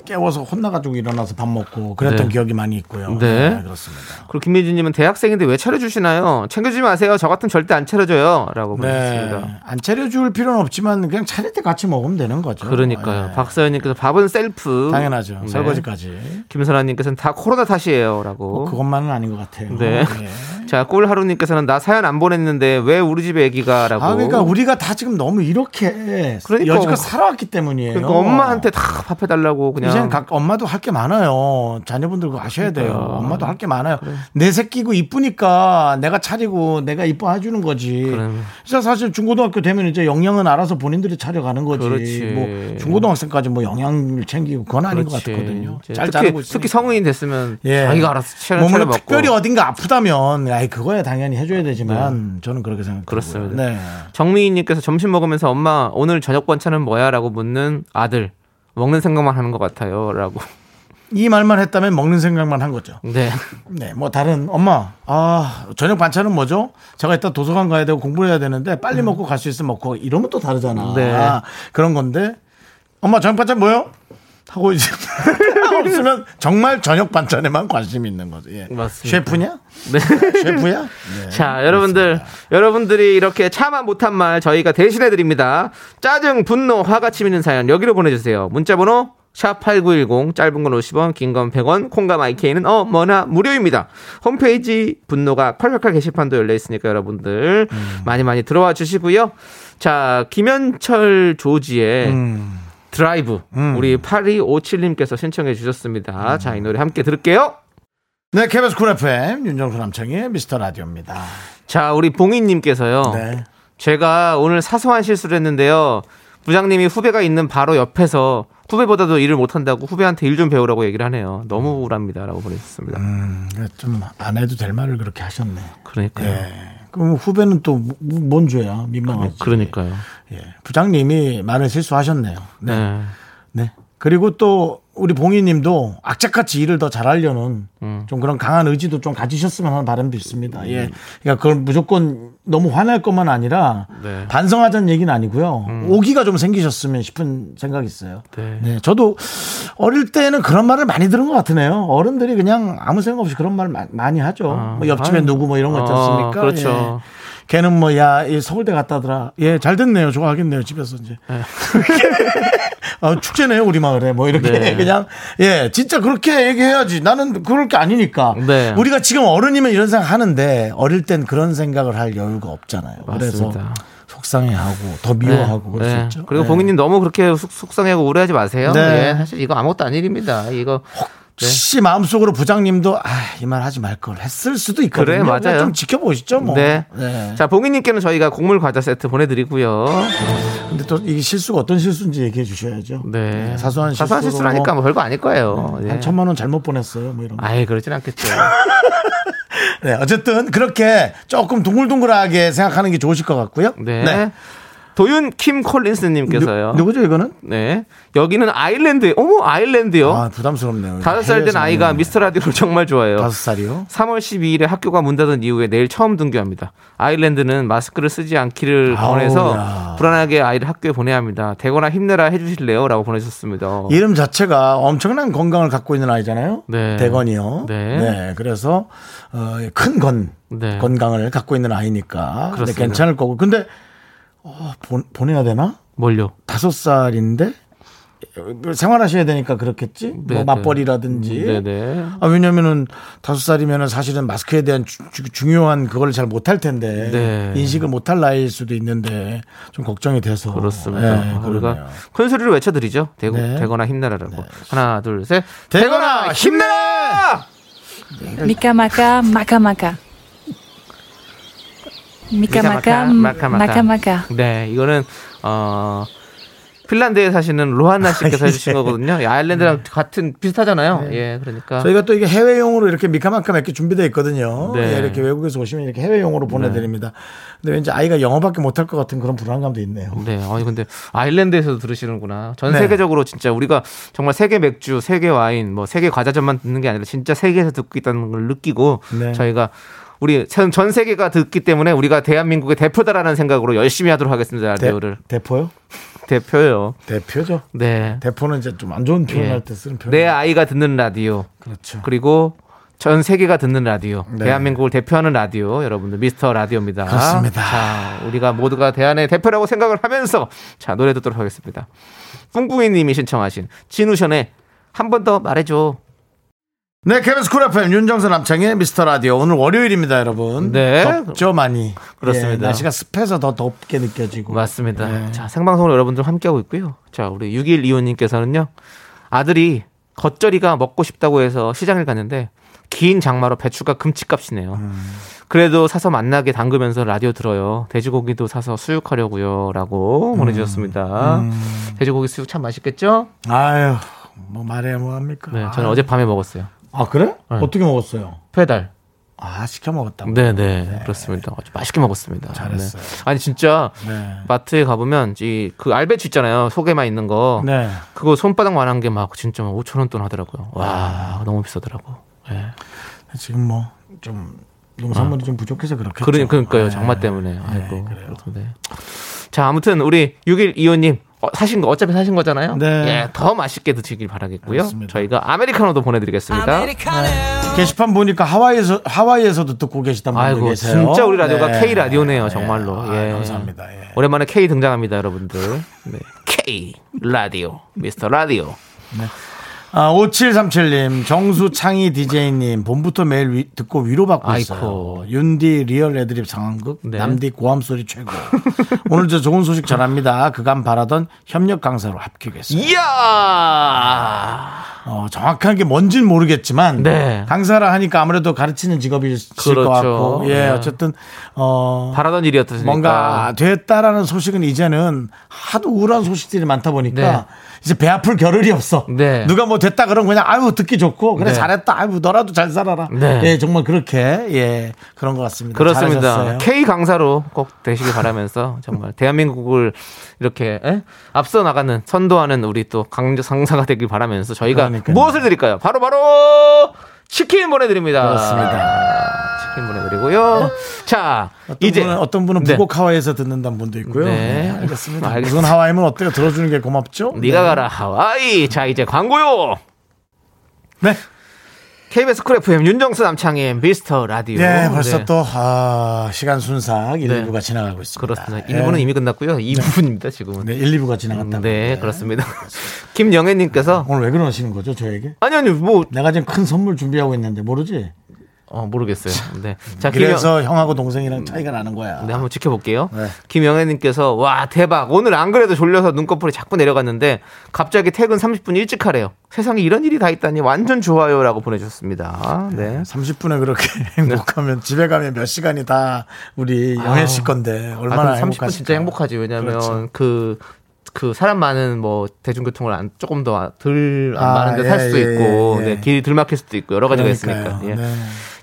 C: 깨워서 혼나가지고 일어나서 밥 먹고 그랬던
D: 네.
C: 기억이 많이 있고요
D: 네.
C: 그렇습니다
D: 그리고 김민주님은 대학생인데 왜 차려주시나요? 챙겨주지 마세요. 저 같으면 절대 안 차려줘요. 라고
C: 네.
D: 보내주셨습니다.
C: 네안 차려줄 필요는 없지만 그냥 차릴 때 같이 먹으면 되는 거죠
D: 그러니까요.
C: 네.
D: 박서연님께서 밥은 셀프.
C: 당연하죠
D: 네.
C: 설거지까지
D: 김선아님께서는 다 코로나 탓이에요라고.
C: 뭐 그것만은 아닌 것 같아요
D: 네.
C: 예.
D: 자 꿀하루님께서는 나 사연 안 보냈는데 왜 우리 집에 아기가라고.
C: 아, 그러니까 우리가 다 지금 너무 이렇게
D: 그러니까.
C: 여지껏 살아왔기 때문이에요.
D: 그러니까 엄마한테 다 밥해달라고 뭐 그냥.
C: 이제는 각 엄마도 할 게 많아요. 자녀분들 그거 아셔야 돼요.
D: 그러니까요.
C: 엄마도 할 게 많아요. 내 새끼고 이쁘니까 내가 차리고 내가 이뻐해 주는 거지.
D: 그럼.
C: 진짜 사실 중고등학교 되면 이제 영양은 알아서 본인들이 차려가는 거지.
D: 그렇지.
C: 뭐 중고등학생까지 뭐 영양을 챙기고 그건 아닌 것
D: 그렇지.
C: 같거든요.
D: 이제
C: 잘
D: 특히,
C: 자르고 있으니까. 예.
D: 특히 성인 됐으면 자기가 알아서 차려
C: 몸으로
D: 차려 먹고.
C: 특별히 어딘가 아프다면 아이 그거야 당연히 해줘야 되지만 저는 그렇게 생각합니다.
D: 네. 그렇습니다.
C: 네.
D: 정미희님께서 점심 먹으면서 엄마 오늘 저녁 반찬은 뭐야라고 묻는 아들 먹는 생각만 하는 것 같아요라고.
C: 이 말만 했다면 먹는 생각만 한 거죠.
D: 네.
C: 네, 뭐 다른 엄마. 아, 저녁 반찬은 뭐죠? 제가 이따 도서관 가야 되고 공부를 해야 되는데 빨리 먹고 갈 수 있으면 먹고 이러면 또 다르잖아.
D: 네.
C: 아, 그런 건데. 엄마 저녁 반찬 뭐요? 하고 이제 없으면 정말 저녁 반찬에만 관심이 있는 거죠. 예.
D: 맞습니다.
C: 셰프냐?
D: 네.
C: 셰프야? 네.
D: 자, 여러분들, 여러분들이 이렇게 참아 못한 말 저희가 대신해 드립니다. 짜증, 분노, 화가 치미는 사연 여기로 보내주세요. 문자번호 샵8910 짧은 건 50원, 긴 건 100원, 콩과 마이케이는 어, 머나 무료입니다. 홈페이지 분노가 콸콸콸 게시판도 열려 있으니까 여러분들
C: 음.
D: 많이 많이 들어와 주시고요. 자, 김현철 조지의
C: 음.
D: 드라이브 우리 8257님께서 신청해 주셨습니다. 자, 이 노래 함께 들을게요.
C: 네, KBS 쿨 FM 윤정수 남창의 미스터 라디오입니다.
D: 자, 우리 봉인님께서요.
C: 네.
D: 제가 오늘 사소한 실수를 했는데요. 부장님이 후배가 있는 바로 옆에서 후배보다도 일을 못한다고 후배한테 일 좀 배우라고 얘기를 하네요. 너무 우울합니다라고 보내주셨습니다.
C: 음. 좀 안 해도 될 말을 그렇게 하셨네.
D: 그러니까요.
C: 예. 그럼 후배는 또 뭐, 뭔 죄야? 민망하지.
D: 그렇죠. 그러니까요.
C: 예, 부장님이 말을 실수하셨네요.
D: 네.
C: 네. 그리고 또 우리 봉희님도 악착같이 일을 더 잘하려는 좀 그런 강한 의지도 좀 가지셨으면 하는 바람도 있습니다. 예, 그러니까 그걸 무조건 너무 화낼 것만 아니라
D: 네.
C: 반성하자는 얘기는 아니고요. 오기가 좀 생기셨으면 싶은 생각이 있어요.
D: 네.
C: 저도 어릴 때는 그런 말을 많이 들은 것 같으네요. 어른들이 그냥 아무 생각 없이 그런 말 마- 많이 하죠. 뭐 옆집에
D: 아유.
C: 누구 뭐 이런 거 있지
D: 어,
C: 않습니까?
D: 그렇죠.
C: 예. 걔는 뭐, 야, 이 서울대 갔다더라. 예, 잘 됐네요. 좋아하겠네요. 집에서 이제. 아, 축제네요, 우리 마을에. 뭐, 이렇게.
D: 네.
C: 그냥, 예, 진짜 그렇게 얘기해야지. 나는 그럴 게 아니니까.
D: 네.
C: 우리가 지금 어른이면 이런 생각 하는데, 어릴 땐 그런 생각을 할 여유가 없잖아요. 그래서
D: 맞습니다.
C: 속상해하고, 더 미워하고 그럴 수 있죠.
D: 리고
C: 예.
D: 네. 봉인님 너무 그렇게 속- 속상해하고 우울해하지 마세요.
C: 네.
D: 예, 사실 이거 아무것도 아닌 일입니다. 이거 네.
C: 혹시 마음속으로 부장님도, 아, 이 말 하지 말 걸 했을 수도 있거든요.
D: 그래, 맞아요.
C: 그냥 좀 지켜보시죠, 뭐.
D: 네.
C: 네.
D: 자, 봉인님께는 저희가 곡물 과자 세트 보내드리고요.
C: 근데 또 이 실수가 어떤 실수인지 얘기해 주셔야죠.
D: 네.
C: 사소한 실수.
D: 실수라니까 뭐 별거 아닐 거예요. 예.
C: 한 천만 원 잘못 보냈어요. 뭐 이런. 거.
D: 아예 그러진 않겠죠.
C: 네, 어쨌든 그렇게 조금 동글동글하게 생각하는 게 좋으실 것 같고요.
D: 네. 도윤 킴 콜린스님께서요.
C: 누, 누구죠 이거는?
D: 네. 여기는 아일랜드. 어머, 아일랜드요.
C: 아 부담스럽네요.
D: 다섯 살 된
C: 해외에서
D: 아이가
C: 보면.
D: 미스터 라디오를 정말 좋아해요.
C: 다섯 살이요?
D: 3월 12일에 학교가 문 닫은 이후에 내일 처음 등교합니다. 아일랜드는 마스크를 쓰지 않기를
C: 아우,
D: 권해서
C: 야.
D: 불안하게 아이를 학교에 보내야 합니다. 대거나 힘내라 해주실래요? 라고 보내셨습니다.
C: 이름 자체가 엄청난 건강을 갖고 있는 아이잖아요.
D: 어. 네.
C: 대건이요.
D: 네.
C: 그래서 어, 큰건
D: 네.
C: 건강을 갖고 있는 아이니까 근데
D: 그렇습니다.
C: 괜찮을 거고. 근데 어, 보, 보내야 되나?
D: 뭘요?
C: 다섯 살인데 생활하셔야 되니까 그렇겠지. 뭐
D: 네,
C: 맞벌이라든지.
D: 네네.
C: 아, 왜냐면은 다섯 살이면은 사실은 마스크에 대한 주- 주- 중요한 그걸 잘 못할 텐데
D: 네.
C: 인식을 못할 나이일 수도 있는데 좀 걱정이 돼서
D: 그렇습니다. 아,
C: 예, 그러네요.
D: 우리가 큰 소리를 외쳐드리죠. 대고,
C: 네.
D: 대거나 힘내라라고. 하나, 둘, 셋.
C: 대거나
D: 대거나 힘내라!
I: 미카마카 마카마카 미카마카 음,
D: 미카마카, 마카마카.
I: 마카마카
D: 네, 이거는 어 핀란드에 사시는 로한나
C: 아, 예.
D: 씨께서 해주신 거거든요. 이 아일랜드랑 같은 비슷하잖아요. 예, 그러니까
C: 네. 저희가 또 이게 해외용으로 이렇게 미카마카 몇 개 준비되어 있거든요.
D: 네.
C: 예, 이렇게 외국에서 오시면 이렇게 해외용으로 보내드립니다. 근데 왠지 아이가 영어밖에 못할 것 같은 그런 불안감도 있네요.
D: 네, 아니 근데 아일랜드에서도 들으시는구나. 전
C: 네.
D: 세계적으로 진짜 우리가 정말 세계 맥주, 세계 와인, 뭐 세계 과자점만 듣는 게 아니라 진짜 세계에서 듣고 있다는 걸 느끼고
C: 네.
D: 저희가 우리 전- 전 세계가 듣기 때문에 우리가 대한민국의 대표다라는 생각으로 열심히 하도록 하겠습니다.
C: 대,
D: 라디오를
C: 대포요?
D: 대표요.
C: 대표죠.
D: 네.
C: 대포는 이제 좀 안 좋은 표현할
D: 예.
C: 때 쓰는 표현.
D: 내 아이가 듣는 라디오.
C: 그렇죠.
D: 그리고 전 세계가 듣는 라디오,
C: 네.
D: 대한민국을 대표하는 라디오, 여러분들 미스터 라디오입니다.
C: 그렇습니다.
D: 자, 우리가 모두가 대한의 대표라고 생각을 하면서 자 노래 듣도록 하겠습니다. 뿡뿡이님이 신청하신 진우션의 한 번 더 말해줘.
C: 네, 케빈스 쿨 FM 윤정수 남창의 미스터 라디오 오늘 월요일입니다, 여러분.
D: 네.
C: 덥죠 많이.
D: 그렇습니다.
C: 예, 날씨가 습해서 더 덥게 느껴지고.
D: 어, 맞습니다.
C: 네.
D: 자 생방송으로 여러분들 함께하고 있고요. 자 우리 6일 이호님께서는요 아들이 겉절이가 먹고 싶다고 해서 시장을 갔는데 긴 장마로 배추가 금치값이네요.
C: 음.
D: 그래도 사서 만나게 담그면서 라디오 들어요. 돼지고기도 사서
C: 음.
D: 수육하려고요라고 보내주셨습니다. 돼지고기 수육 참 맛있겠죠?
C: 아유, 뭐 말해 뭐 합니까?
D: 네,
C: 아유.
D: 저는 어젯밤에 먹었어요.
C: 아 그래? 어떻게 먹었어요?
D: 페달.
C: 아 시켜 먹었다고.
D: 네네 그렇습니다. 아주 맛있게 먹었습니다.
C: 잘했어요.
D: 네. 아니 진짜
C: 네.
D: 마트에 가보면 이 그 알배추 있잖아요 속에만 있는 거.
C: 네.
D: 그거 손바닥만 한 게 막 진짜 5천 원 돈 하더라고요. 와
C: 아.
D: 너무 비싸더라고. 예.
C: 지금 뭐 좀 농산물이 좀 부족해서 그렇겠죠.
D: 어. 그러, 그러니까요
C: 예.
D: 장마 때문에. 아이고 그렇던데. 자 아무튼 우리 6일 이호님 어, 사신 거 어차피 사신 거잖아요.
C: 네.
D: 예, 더 맛있게 드시길 바라겠고요.
C: 알겠습니다.
D: 저희가 아메리카노도 보내드리겠습니다.
C: 게시판 보니까 하와이에서 하와이에서도 듣고 계시단 분이
D: 아이고
C: 계세요.
D: 진짜 우리 라디오가
C: 네.
D: K 라디오네요 정말로.
C: 아,
D: 예.
C: 감사합니다. 예.
D: 오랜만에 K 등장합니다 여러분들. 네. K 라디오 미스터 라디오.
C: 아, 5737님, 정수창희 DJ님, 봄부터 매일 위- 듣고 위로받고 있어요.
D: 아이코.
C: 윤디 리얼 애드립 상황극,
D: 네.
C: 남디 고함 소리 최고. 오늘 저 좋은 소식 전합니다. 그간 바라던 협력 강사로 합격했어요.
D: 이야.
C: 어, 정확한 게 뭔진 모르겠지만,
D: 네.
C: 강사라 하니까 아무래도 가르치는 직업일
D: 그렇죠.
C: 것 같고, 예,
D: 네.
C: 어쨌든, 어,
D: 바라던 일이었으니까.
C: 뭔가 됐다라는 소식은 이제는 하도 우울한 소식들이 많다 보니까
D: 네.
C: 이제 배 아플 겨를이 없어.
D: 네.
C: 누가 뭐 됐다 그럼 그냥 아유 듣기 좋고 그래
D: 네.
C: 잘했다 아유 너라도 잘 살아라
D: 네.
C: 예 정말 그렇게 예 그런 것 같습니다
D: 그렇습니다.
C: 잘하셨어요.
D: K 강사로 꼭 되시길 바라면서 정말 대한민국을 이렇게 에? 앞서 나가는 선도하는 우리 또 강조 상사가 되길 바라면서 저희가
C: 그러니까요.
D: 무엇을 드릴까요? 바로 바로 치킨 보내드립니다.
C: 그렇습니다. 어?
D: 치킨 보내드리고요. 자
C: 어떤
D: 이제
C: 분은, 어떤 분은
D: 네.
C: 북곡 하와이에서 듣는다는 분도 있고요
D: 네.
C: 네, 알겠습니다
D: 알겠-
C: 무슨 하와이면 어때요 들어주는 게 고맙죠
D: 네가
C: 네.
D: 가라 하와이. 자 이제 광고요.
C: 네
D: KBS 쿨 FM 윤정수 남창의 미스터 라디오.
C: 예, 벌써
D: 네.
C: 또 아, 시간 순삭 1,
D: 네.
C: 2부가 지나가고 있습니다.
D: 그렇습니다.
C: 예.
D: 1부는 이미 끝났고요. 2부입니다 지금은.
C: 네, 1, 2부가 지나갔다.
D: 네, 그렇습니다. 김영애님께서
C: 오늘 왜 그러시는 거죠, 저에게?
D: 아니 아니 뭐
C: 내가 지금 큰 선물 준비하고 있는데 모르지?
D: 어, 모르겠어요. 네. 자, 김영,
C: 그래서 형하고 동생이랑 차이가 나는 거야.
D: 음. 네, 한번 지켜볼게요.
C: 네.
D: 김영애님께서, 와, 대박. 오늘 안 그래도 졸려서 눈꺼풀이 자꾸 내려갔는데, 갑자기 퇴근 30분 일찍 하래요. 세상에 이런 일이 다 있다니 완전 좋아요. 라고 보내주셨습니다. 네.
C: 30분에 그렇게 행복하면 집에 가면 몇 시간이 다 우리 영애 씨 건데 얼마나
D: 아, 그럼 30분
C: 행복하실까?
D: 진짜 행복하지. 왜냐면,
C: 그렇죠.
D: 그, 그 사람 많은 뭐 대중교통을 안, 조금 더덜
C: 아,
D: 많은데 탈
C: 예,
D: 수도
C: 예,
D: 있고
C: 예.
D: 네, 길이 덜 막힐 수도 있고 여러 가지가
C: 그러니까요.
D: 있으니까 예.
C: 네.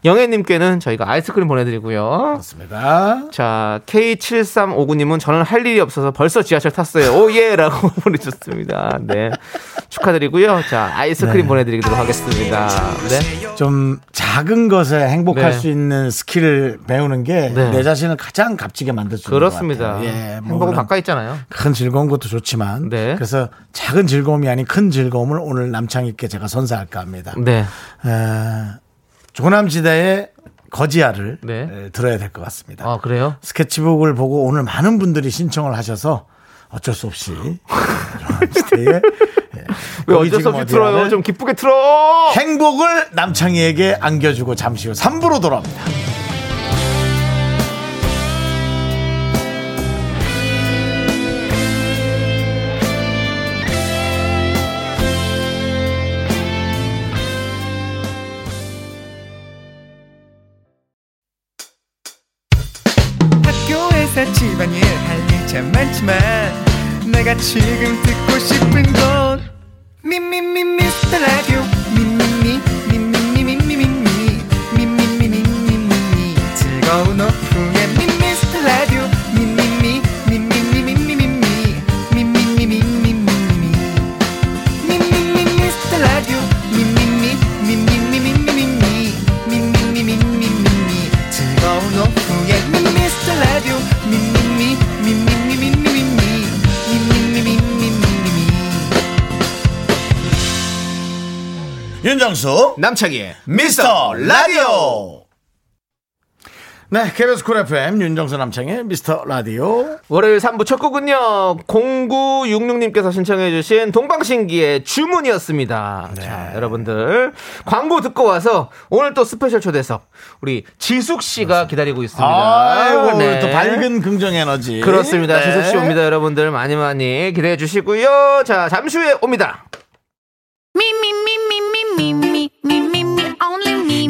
D: 영애님께는 저희가 아이스크림 보내드리고요
C: 그렇습니다.
D: 자, K7359님은 저는 할 일이 없어서 벌써 지하철 탔어요. 오, 예! 라고 보내주셨습니다. 네. 축하드리고요. 자, 아이스크림
C: 네.
D: 보내드리도록 하겠습니다. 네.
C: 좀 작은 것에 행복할
D: 네.
C: 수 있는 스킬을 배우는 게 내
D: 네.
C: 자신을 가장 값지게 만들 수 있는 것
D: 그렇습니다.
C: 같아요. 예, 뭐
D: 행복은
C: 물론
D: 가까이 있잖아요.
C: 큰 즐거운 것도 좋지만
D: 네.
C: 그래서 작은 즐거움이 아닌 큰 즐거움을 오늘 남창희께 제가 선사할까 합니다.
D: 네.
C: 에, 조남지대의 거지야를
D: 네.
C: 에, 들어야 될 것 같습니다.
D: 아, 그래요?
C: 스케치북을 보고 오늘 많은 분들이 신청을 하셔서 어쩔 수 없이 조남지대의
D: 왜
C: 거기
D: 어쩔 수
C: 지금 어디야?
D: 없이
C: 네?
D: 틀어요? 좀 기쁘게 틀어!
C: 행복을 남창희에게 안겨주고 잠시 후 3부로 돌아옵니다.
F: 학교에서 집안일 할 일 참 많지만 내가 지금 듣고 싶은 건 미미미 미스터 라디오 미미미 미미미 미미미 미미미 미미미 미미미 즐거운 오후에 미미스터 라디오 미미미 미미미 미미미 미미미 미미미 미미미
E: 윤정수 남창희의 미스터 라디오
C: 네, KBS 쿨 FM 윤정수 남창희 미스터 라디오
D: 월요일 3부 첫 곡은요, 0966님께서 신청해주신 동방신기의 주문이었습니다.
J: 네.
D: 자, 여러분들. 광고 듣고 와서 오늘 또 스페셜 초대석, 우리 지숙씨가 기다리고 있습니다.
C: 아이고 오늘
D: 네.
C: 또 밝은 긍정 에너지
D: 그렇습니다.
C: 네.
D: 지숙씨 옵니다, 여러분들. 많이 많이 기대해 주시고요. 자, 잠시 후에 옵니다.
G: Me, me, me, me, me, me, me, me, me, me, only me,
C: 예,
G: me.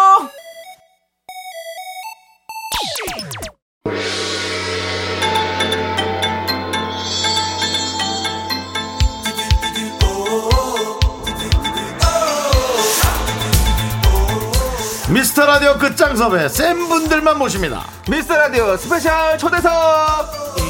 C: 미스터 라디오 끝장 섭외 센 분들만 모십니다.
D: 미스터 라디오 스페셜 초대석!
C: 어?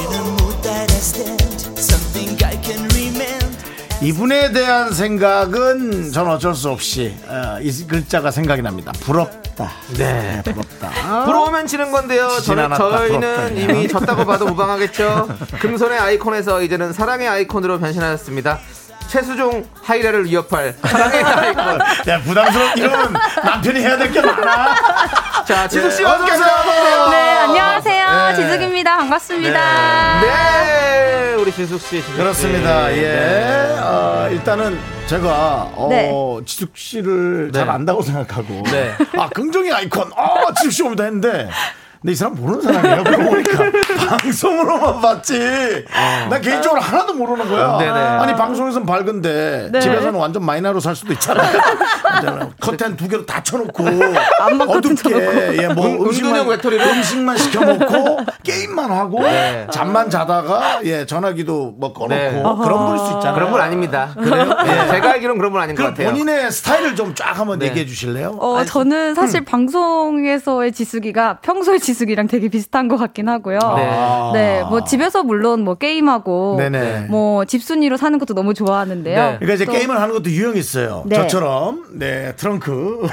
C: 이분에 대한 생각은 전 어쩔 수 없이 어, 이 글자가 생각이 납니다. 부럽다. 네, 부럽다.
D: 부러우면 지는 건데요.
C: 지진
D: 저는,
C: 않았다, 부럽다,
D: 저희는
C: 그냥.
D: 이미 졌다고 봐도 무방하겠죠. 금손의 아이콘에서 이제는 사랑의 아이콘으로 변신하였습니다. 최수종 하이라를 위협할 사랑의 아이콘.
C: 야 부담스러운 이런 남편이 해야 될 게 많아.
D: 자, 지숙씨
C: 예,
D: 어서오세요.
I: 네, 안녕하세요.
C: 네.
I: 지숙입니다. 반갑습니다.
D: 네, 우리 지숙씨. 네.
C: 그렇습니다. 예, 어, 일단은 제가 어,
I: 네.
C: 지숙 씨를 잘 안다고 생각하고
D: 네.
C: 아 긍정의 아이콘, 어 지숙 씨 옵니다 했는데 근데 이 사람 모르는 사람이에요. 그러고 보니까 방송으로만 봤지. 나 개인적으로 하나도 모르는 거야.
D: 네네.
C: 아니 방송에선 밝은데
K: 네.
C: 집에서는 완전 마이너로 살 수도 있잖아. 요 커튼 두 개로 다 쳐놓고 어둡게 예, 뭐
D: 은-
C: 음식만
D: 은둔형 외톨이로?
C: 음식만 시켜먹고 게임만 하고
D: 네.
C: 잠만 자다가 예 전화기도 뭐 꺼놓고
D: 네.
C: 그런 분일 수 있잖아요.
D: 그런 분 아닙니다.
C: 그래요?
D: 예, 제가 알기로는 그런 분 아닌 것
C: 그럼
D: 같아요.
C: 본인의 스타일을 좀 쫙 한번
D: 네.
C: 얘기해 주실래요?
I: 어,
C: 음.
I: 저는 사실 방송에서의 지숙이가 평소의 지숙이랑 되게 비슷한 것 같긴 하고요.
C: 네.
I: 네, 뭐 집에서 물론 뭐 게임하고
C: 네네.
I: 뭐 집순이로 사는 것도 너무 좋아하는데요.
D: 네.
C: 그러니까 이제
I: 또-
C: 게임을 하는 것도 유형이 있어요.
I: 네.
C: 저처럼 네 트렁크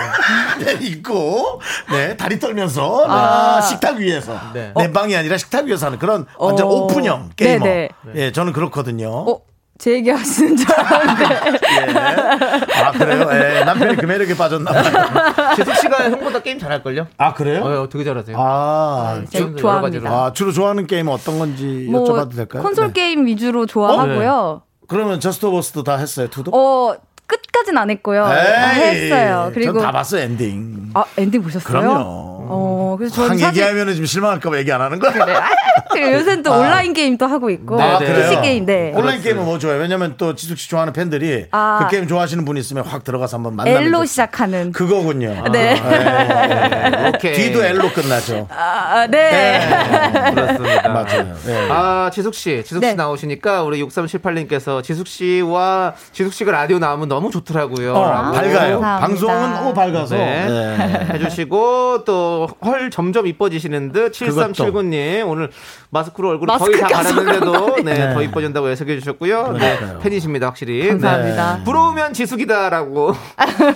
C: 네, 있고 네 다리 떨면서 네,
I: 아.
C: 식탁 위에서
I: 네.
C: 내 방이 아니라 식탁 위에서 하는 그런 완전
I: 어.
C: 오픈형 게이머.
I: 네네. 어.
C: 예, 저는 그렇거든요. 예.
I: 제 얘기하시는 줄 알았는데.
C: 아 그래요? 예, 남편이 그 매력에 빠졌나 봐요.
D: 재석 씨가 형보다 게임 잘할걸요?
C: 아 그래요?
D: 어, 되게 잘하세요.
C: 아,
I: 네, 주- 좋아합니다. 여러 가지로.
C: 아, 주로 좋아하는 게임은 어떤 건지
I: 뭐
C: 여쭤봐도 될까요?
I: 콘솔
C: 네.
I: 게임 위주로 좋아하고요.
C: 그러면 저스트 오브 스도 다 했어요, 투도?
I: 어, 끝까진 안 했고요. 다 했어요. 그리고
C: 전다 봤어요, 엔딩.
I: 아, 엔딩 보셨어요?
C: 그럼요.
I: 어, 그래서 저는
C: 항
I: 사실
C: 얘기하면 좀 실망할까봐 얘기 안 하는 거야.
I: 그리고 요새는 또
C: 아.
I: 온라인 게임도 하고 있고
C: 아, 그래요?
I: PC 게임 네.
C: 온라인 게임은 뭐 좋아요? 왜냐면 또 지숙 씨 좋아하는 팬들이
I: 아.
C: 그 게임 좋아하시는 분 있으면 확 들어가서 한번 만나면
I: L로
C: 좋지.
I: 시작하는
C: 그거군요.
I: 네.
C: 예, 예.
D: 네. 오케이.
C: 뒤도 L로 끝나죠.
I: 아, 네.
D: 그렇습니다.
C: 맞아요. 예.
D: 아, 지숙 씨, 지숙 씨
I: 네.
D: 나오시니까 우리 6378님께서 지숙 씨와 지숙 씨가 라디오 나오면 너무 좋더라고요.
C: 어,
D: 라고
C: 밝아요.
I: 감사합니다.
C: 방송은 너무 밝아서.
D: 네.
C: 예.
D: 해주시고 또 헐 점점 이뻐지시는 듯 7379님 오늘 마스크로 얼굴 거의 다
I: 마스크 껴서
D: 가렸는데도 네,
C: 네.
D: 더 이뻐진다고 해석해 주셨고요.
C: 그러니까요.
D: 네, 팬이십니다 확실히.
I: 감사합니다.
D: 네. 부러우면 지숙이다라고.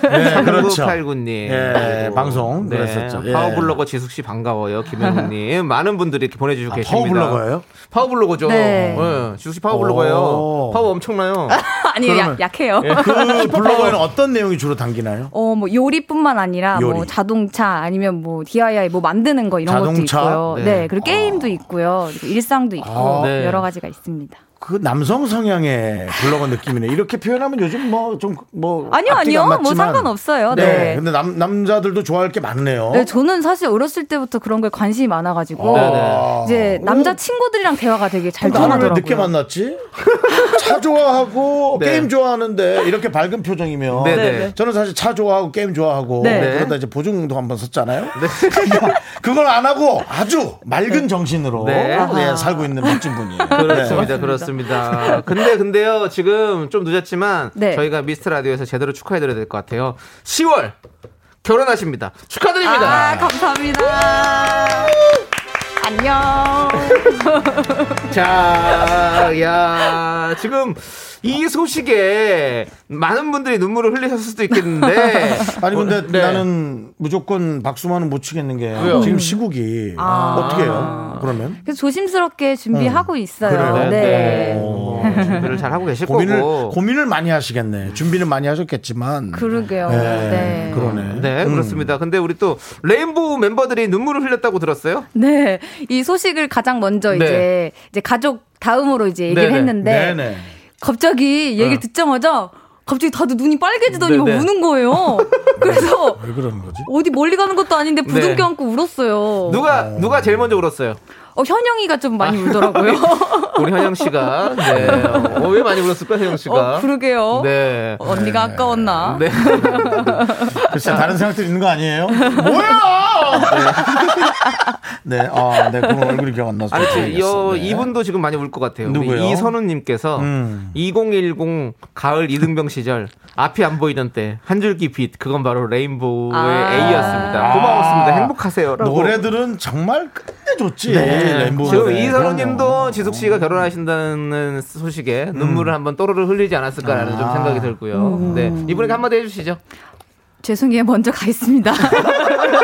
C: 네, 그렇죠.
D: 3989님. 네.
C: 예, 방송 그랬었죠. 예.
D: 파워블로거 지숙 씨 반가워요. 김현우님 많은 분들이 이렇게 보내주시고
C: 아,
D: 계십니다.
C: 파워블로거예요?
D: 파워블로거죠.
I: 네.
D: 예, 지숙 씨 파워블로거예요.
C: 오.
D: 파워 엄청나요.
I: 아니
C: 그러면-
I: 약, 약해요.
C: 그 블로그에는 어떤 내용이 주로 담기나요?
I: 어, 뭐 요리뿐만 아니라 뭐
C: 요리.
I: 자동차 아니면 뭐 DIY 뭐 만드는 거 이런 것도
C: 자동차?
I: 있고요.
D: 네.
I: 네. 그리고 게임도 있고요. 그리고 일상도 있고
C: 아,
D: 네.
I: 여러 가지가 있습니다.
C: 그 남성 성향의 블로거 느낌이네. 이렇게 표현하면 요즘 뭐 좀 뭐
I: 아니요, 아니요. 뭐 상관없어요.
C: 네.
I: 네.
C: 근데 남 남자들도 좋아할 게 많네요.
I: 네, 저는 사실 어렸을 때부터 그런 거에 관심이 많아가지고
C: 아.
I: 네, 이제 남자 친구들이랑 대화가 되게 잘
C: 나는 왜 늦게
I: 통하더라고요.
C: 만났지? 차 좋아하고
D: 네.
C: 게임 좋아하는데 이렇게 밝은 표정이면
D: 네, 네.
C: 저는 사실 차 좋아하고 게임 좋아하고
I: 네.
C: 그러다 이제 보증도 한번 썼잖아요. 그걸 안 하고 아주 맑은 정신으로
D: 네. 그렇죠.
C: 네, 살고 있는 멋진 분이에요. 네.
D: 그렇습니다. 그렇습니다. 근데 근데요 지금 좀 늦었지만
I: 네.
D: 저희가 미스터 라디오에서 제대로 축하해드려야 될 것 같아요. 10월 결혼하십니다. 축하드립니다.
I: 아, 감사합니다. 안녕.
D: 자, 야, 지금 이 소식에 많은 분들이 눈물을 흘리셨을 수도 있겠는데.
C: 아니 근데
D: 오늘- 네.
C: 나는 무조건 박수만은 못 치겠는 게
D: 왜요?
C: 지금 시국이
I: 아.
C: 어떻게 해요? 그러면
I: 그래서 조심스럽게 준비하고 있어요.
C: 그래요?
I: 네.
D: 네. 뭐 준비를 잘 하고 계실
C: 아, 어, 고민을
D: 거고. 뭐.
C: 고민을 많이 하시겠네. 준비는 많이 하셨겠지만
I: 그러게요.
C: 네,
I: 네.
C: 그러네.
D: 네,
C: 음.
D: 그렇습니다. 근데 우리 또 레인보우 멤버들이 눈물을 흘렸다고 들었어요.
I: 네. 이 소식을 가장 먼저
D: 네.
I: 이제 이제 가족 다음으로 이제 얘기를
D: 네네.
I: 했는데
C: 네네. 어.
I: 갑자기 얘기를 듣자마자 갑자기 다들 눈이 빨개지더니 막
D: 네네.
I: 우는 거예요. 그래서
C: 왜 그러는 거지?
I: 어디 멀리 가는 것도 아닌데 부둥켜
D: 네.
I: 안고 울었어요. 네.
D: 누가 누가 제일 먼저 울었어요?
I: 어, 현영이가 좀 많이
C: 아,
I: 울더라고요.
C: 네.
D: 우리 현영 씨가. 네. 어, 왜 많이 울었을까, 현영 씨가?
I: 어, 그러게요. 어?
D: 네.
I: 언니가 아까웠나?
D: 네.
C: 글쎄 다른 생각들 있는 거 아니에요? 뭐야? 네, 아, 네, 그럼 얼굴이 기억 안 나서.
D: 아니, 지-
C: 좀
D: 여,
C: 알겠어요. 네.
D: 이분도 지금 많이 울 것 같아요. 우리
C: 누구요?
D: 이선우님께서
C: 음.
D: 2010 가을 이등병 시절 앞이 안 보이던 때 한 줄기 빛 그건 바로 레인보우의
I: 아.
D: A였습니다. 고마웠습니다. 행복하세요. 라고.
C: 노래들은 정말 끝내줬지. 램보
D: 네. 지금
C: 노래.
D: 이선우님도 지숙 씨가 결혼하신다는 소식에
C: 음.
D: 눈물을 한번 또르르 흘리지 않았을까라는
C: 아.
D: 좀 생각이 들고요. 네 이분에게 한마디 해주시죠.
I: 죄송해요. 먼저 가 있습니다.
C: 뭐?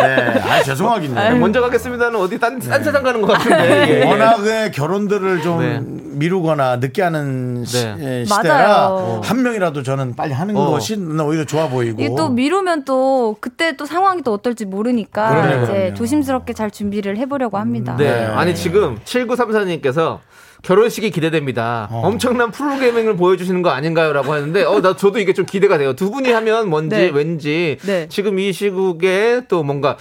C: 네, 아, 죄송하긴 해요.
D: 네, 먼저 가겠습니다는 어디 딴, 딴 세상 가는 것 같은데. 이게.
C: 네. 워낙에 결혼들을 좀
D: 네.
C: 미루거나 늦게 하는 시,
D: 네.
C: 에, 시대라
I: 맞아요.
C: 한 명이라도 저는 빨리 하는
D: 어.
C: 것이 난 오히려 좋아 보이고.
I: 이게 또 미루면 또 그때 또 상황이 또 어떨지 모르니까
C: 그러네요,
I: 이제
C: 그러네요.
I: 조심스럽게 잘 준비를 해보려고 합니다.
D: 네. 아니 지금 7934님께서 결혼식이 기대됩니다.
C: 어.
D: 엄청난 프로그래밍을 보여주시는 거 아닌가요라고 하는데 어나 저도 이게 좀 기대가 돼요. 두 분이 하면 뭔지
I: 네.
D: 왠지
I: 네.
D: 지금 이 시국에 또 뭔가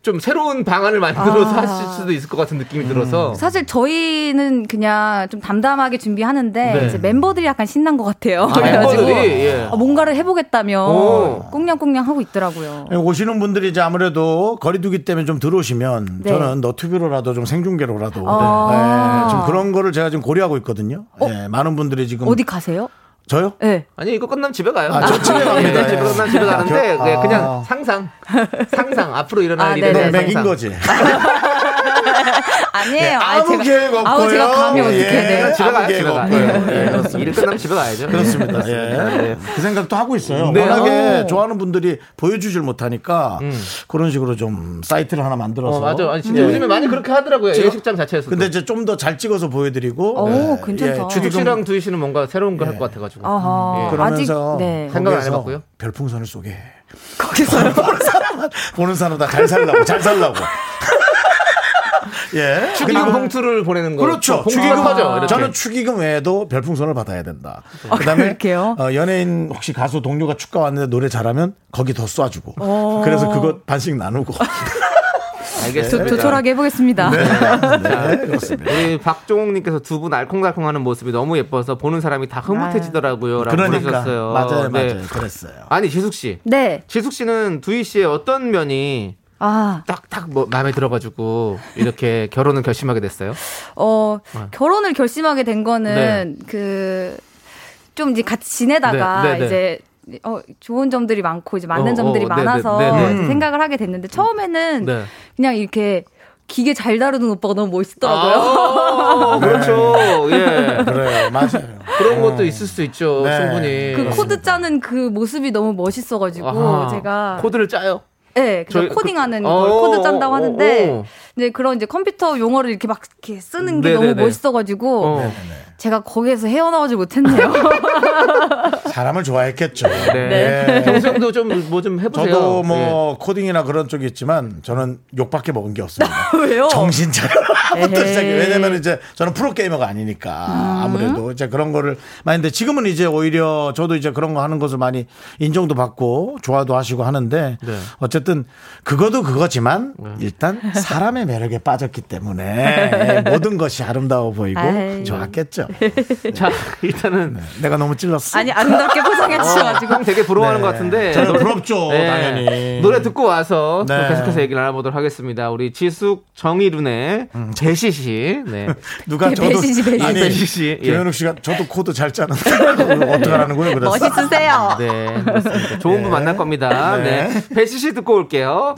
D: 좀 새로운 방안을 만들어서
I: 아. 음.
D: 하실 수도 있을 것 같은 느낌이 들어서
I: 사실 저희는 그냥 좀 담담하게 준비하는데
D: 네.
I: 이제 멤버들이 약간 신난 것 같아요.
D: 아,
I: 그래가지고
D: 멤버들이? 예.
I: 아, 뭔가를 해보겠다며
C: 오. 음,
I: 꽁냥꽁냥 하고 있더라고요.
C: 오시는 분들이 이제 아무래도 거리두기 때문에 좀 들어오시면
I: 네.
C: 저는 너튜브로라도 좀 생중계로라도
I: 아.
C: 네, 좀 그런 거를 제가 지금 고려하고 있거든요. 네, 많은 분들이 지금
I: 어디 가세요?
C: 저요?
I: 네.
D: 아니 이거 끝나면 집에 가요.
C: 아, 저 집에 갑니다.
D: 예, 집에 끝나면 집에 가는데
C: 아.
D: 네, 그냥 상상, 상상 앞으로 일어날
I: 아,
D: 일에
I: 네네.
D: 대한
I: 네, 맥인
D: 상상.
C: 거지.
I: 아니에요. 아니,
C: 네, 아무
I: 제가-
C: 계획 없고요.
I: 아우, 제가 감이 네. 어떻게
C: 예,
I: 돼?
D: 네, 집에
C: 아무
D: 가요,
C: 계획
D: 집에 가요. 네,
C: 없고요. 예, 그렇습니다.
D: 일 끝나면 집에 가야죠.
C: 그렇습니다.
D: 그렇습니다.
C: 예.
D: 예.
C: 그 생각도 하고 있어요.
D: 네.
C: 워낙에
D: 오.
C: 좋아하는 분들이 보여주질 못하니까 그런 식으로 좀 사이트를 하나 만들어서.
D: 어, 맞아. 아니, 진짜
C: 예.
D: 요즘에 많이 그렇게 하더라고요.
C: 제가-
D: 예식장 자체에서.
C: 근데 이제 좀 더 잘 찍어서 보여드리고.
I: 오,
C: 예,
I: 괜찮다.
C: 예,
D: 주식
C: 지금 예.
D: 씨랑 두희 씨는 뭔가 새로운 걸 할 것 같아가지고.
I: 어, 아하.
D: 예.
C: 그러면서
I: 아직- 네.
D: 생각을 안
C: 거기에서
D: 해봤고요.
C: 별풍선을 쏘게.
I: 거기서요?
C: 보는 사람 다 잘 살라고, 잘 살라고. 예.
D: 축의금 봉투를 보내는 거.
C: 그렇죠.
D: 봉투가 커져. 이렇게. 네,
C: 저는 축의금 외에도 별풍선을 받아야 된다. 그다음에
I: 네. 그럴게요?
C: 어, 연예인 혹시 가수 동료가 축가 왔는데 노래 잘하면 거기 더 쏴주고.
I: 어.
C: 그래서 그거 반씩 나누고.
D: 알겠습니다.
I: 조, 조촐하게 해보겠습니다.
C: 네, 그렇습니다.
D: 우리 박종욱님께서 두 분 알콩달콩하는 모습이 너무 예뻐서 보는 사람이 다 흐뭇해지더라고요라고
C: 그러니까
D: 보내주셨어요.
C: 맞아요,
D: 네.
C: 맞아요. 그랬어요.
D: 아니 지숙 씨,
I: 네.
D: 지숙 씨는 두희 씨의 어떤 면이
I: 아,
D: 딱딱 뭐 마음에 들어가지고 이렇게 결혼을 결심하게 됐어요?
I: 어,
D: 네.
I: 결혼을 결심하게 된 거는 그, 좀 이제 같이 지내다가
D: 네, 네, 네.
I: 이제 어, 좋은 점들이 많고 이제 맞는
D: 어, 어,
I: 점들이
D: 네, 네,
I: 많아서
D: 네, 네.
I: 이제 생각을 하게 됐는데 처음에는
D: 네.
I: 그냥 이렇게 기계 잘 다루는 오빠가 너무 멋있더라고요.
D: 아, 그렇죠. 예.
C: 그래요, 맞아요.
D: 그런 것도 있을 수 있죠.
C: 어. 네.
D: 충분히.
I: 그 코드 짜는 그 모습이 너무 멋있어가지고
D: 아하.
I: 제가
D: 코드를 짜요.
I: 네,
D: 저희
I: 그냥
D: 그-
I: 코딩하는
D: 어,
I: 걸 코드 짠다고
D: 어,
I: 하는데
D: 어.
I: 이제 그런 이제 컴퓨터 용어를 이렇게 막 이렇게 쓰는 게
D: 네, 네,
I: 너무
D: 네.
I: 멋있어가지고
D: 어.
I: 제가 거기에서 헤어나오지 못했네요.
C: 사람을 좋아했겠죠.
D: 네.
C: 예.
D: 정성도 좀 뭐 좀 해보세요. 예.
C: 저도 뭐 코딩이나 그런 쪽이 있지만 저는 욕밖에 먹은 게 없습니다.
D: 뭐.
I: 왜요?
C: 정신 차려부터
I: 에헤이.
C: 시작해. 왜냐면 이제 저는 프로게이머가 아니니까 아무래도 이제 그런 거를 많이 했는데 지금은 이제 오히려 저도 이제 그런 거 하는 것을 많이 인정도 받고 좋아도 하시고 하는데
D: 네.
C: 어쨌든 그거도 그거지만 일단 사람의 매력에 빠졌기 때문에 예, 모든 것이 아름다워 보이고
I: 아이.
C: 좋았겠죠. 네.
D: 예. 자 일단은
C: 내가 너무 찔렀어.
I: 아니 아름답게 포장해 주셔가지고
D: 형 되게 부러워하는
C: 네.
D: 것 같은데.
C: 저는
D: 노래- 네.
C: 부럽죠, 당연히.
D: 노래 듣고 와서 또
C: 네.
D: 계속해서 얘기를 알아보도록 하겠습니다. 우리 지숙 정희룬의
C: 음.
D: 제시 씨. 네.
C: 누가
I: 배-
C: 저도
I: 배시지, 배시지.
C: 아니
D: 배시지, 예.
C: 김현욱 씨가 저도 코드 잘 짜는데 어떡하라는 거예요? 그래서
I: 멋있으세요.
D: 네. 그렇습니다. 좋은 분 만날 겁니다.
C: 네.
D: 네. 배시 씨 듣고 올게요.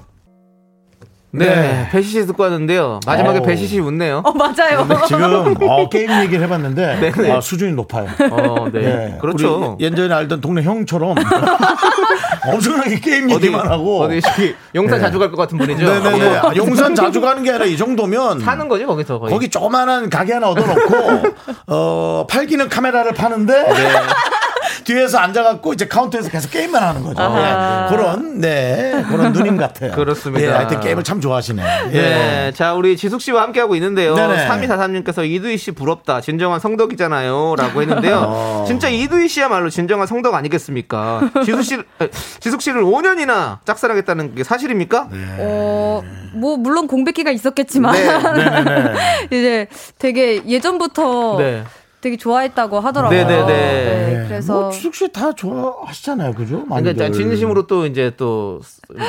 D: 네.
C: 네.
D: 배시 씨 듣고 왔는데요. 마지막에
C: 어우.
D: 배시 씨 웃네요.
I: 어 맞아요.
C: 지금 어, 게임 얘기를 해봤는데
D: 네네.
C: 아, 수준이 높아요.
D: 어, 네.
C: 예.
D: 그렇죠.
C: 우리 예전에 알던 동네 형처럼 엄청나게 게임
D: 어디,
C: 얘기만 하고. 네.
D: 어디 씨, 용산 자주 갈 것 같은 분이죠.
C: 네네네.
D: 예.
C: 아, 용산 자주 가는 게 아니라 이 정도면
D: 사는 거죠, 거기서 거의.
C: 거기 조그만한 가게 하나 얻어놓고 어, 팔기는 카메라를 파는데
D: 네.
C: 뒤에서 앉아갖고 이제 카운터에서 계속 게임만 하는 거죠. 예. 그런 네 그런 누님 같아요.
D: 그렇습니다.
C: 예, 하여튼 게임을 참 좋아하시네. 예.
D: 네. 자, 우리 지숙 씨와 함께하고 있는데요.
C: 네네.
D: 3243님께서 이두희 씨 부럽다. 진정한 성덕이잖아요. 라고 했는데요.
C: 어.
D: 진짜 이두희 씨야말로 진정한 성덕 아니겠습니까? 지숙 씨, 아, 지숙 씨를 5년이나 짝사랑했다는 게 사실입니까?
C: 네.
I: 어, 뭐 물론 공백기가 있었겠지만
D: 네.
I: 이제 되게 예전부터
D: 네.
I: 되게 좋아했다고 하더라고요.
D: 네, 네, 네.
I: 네, 그래서
C: 뭐 주숙 씨 다 좋아하시잖아요, 그죠?
D: 그러니까 일단
C: 많이들.
D: 진심으로 또 이제 또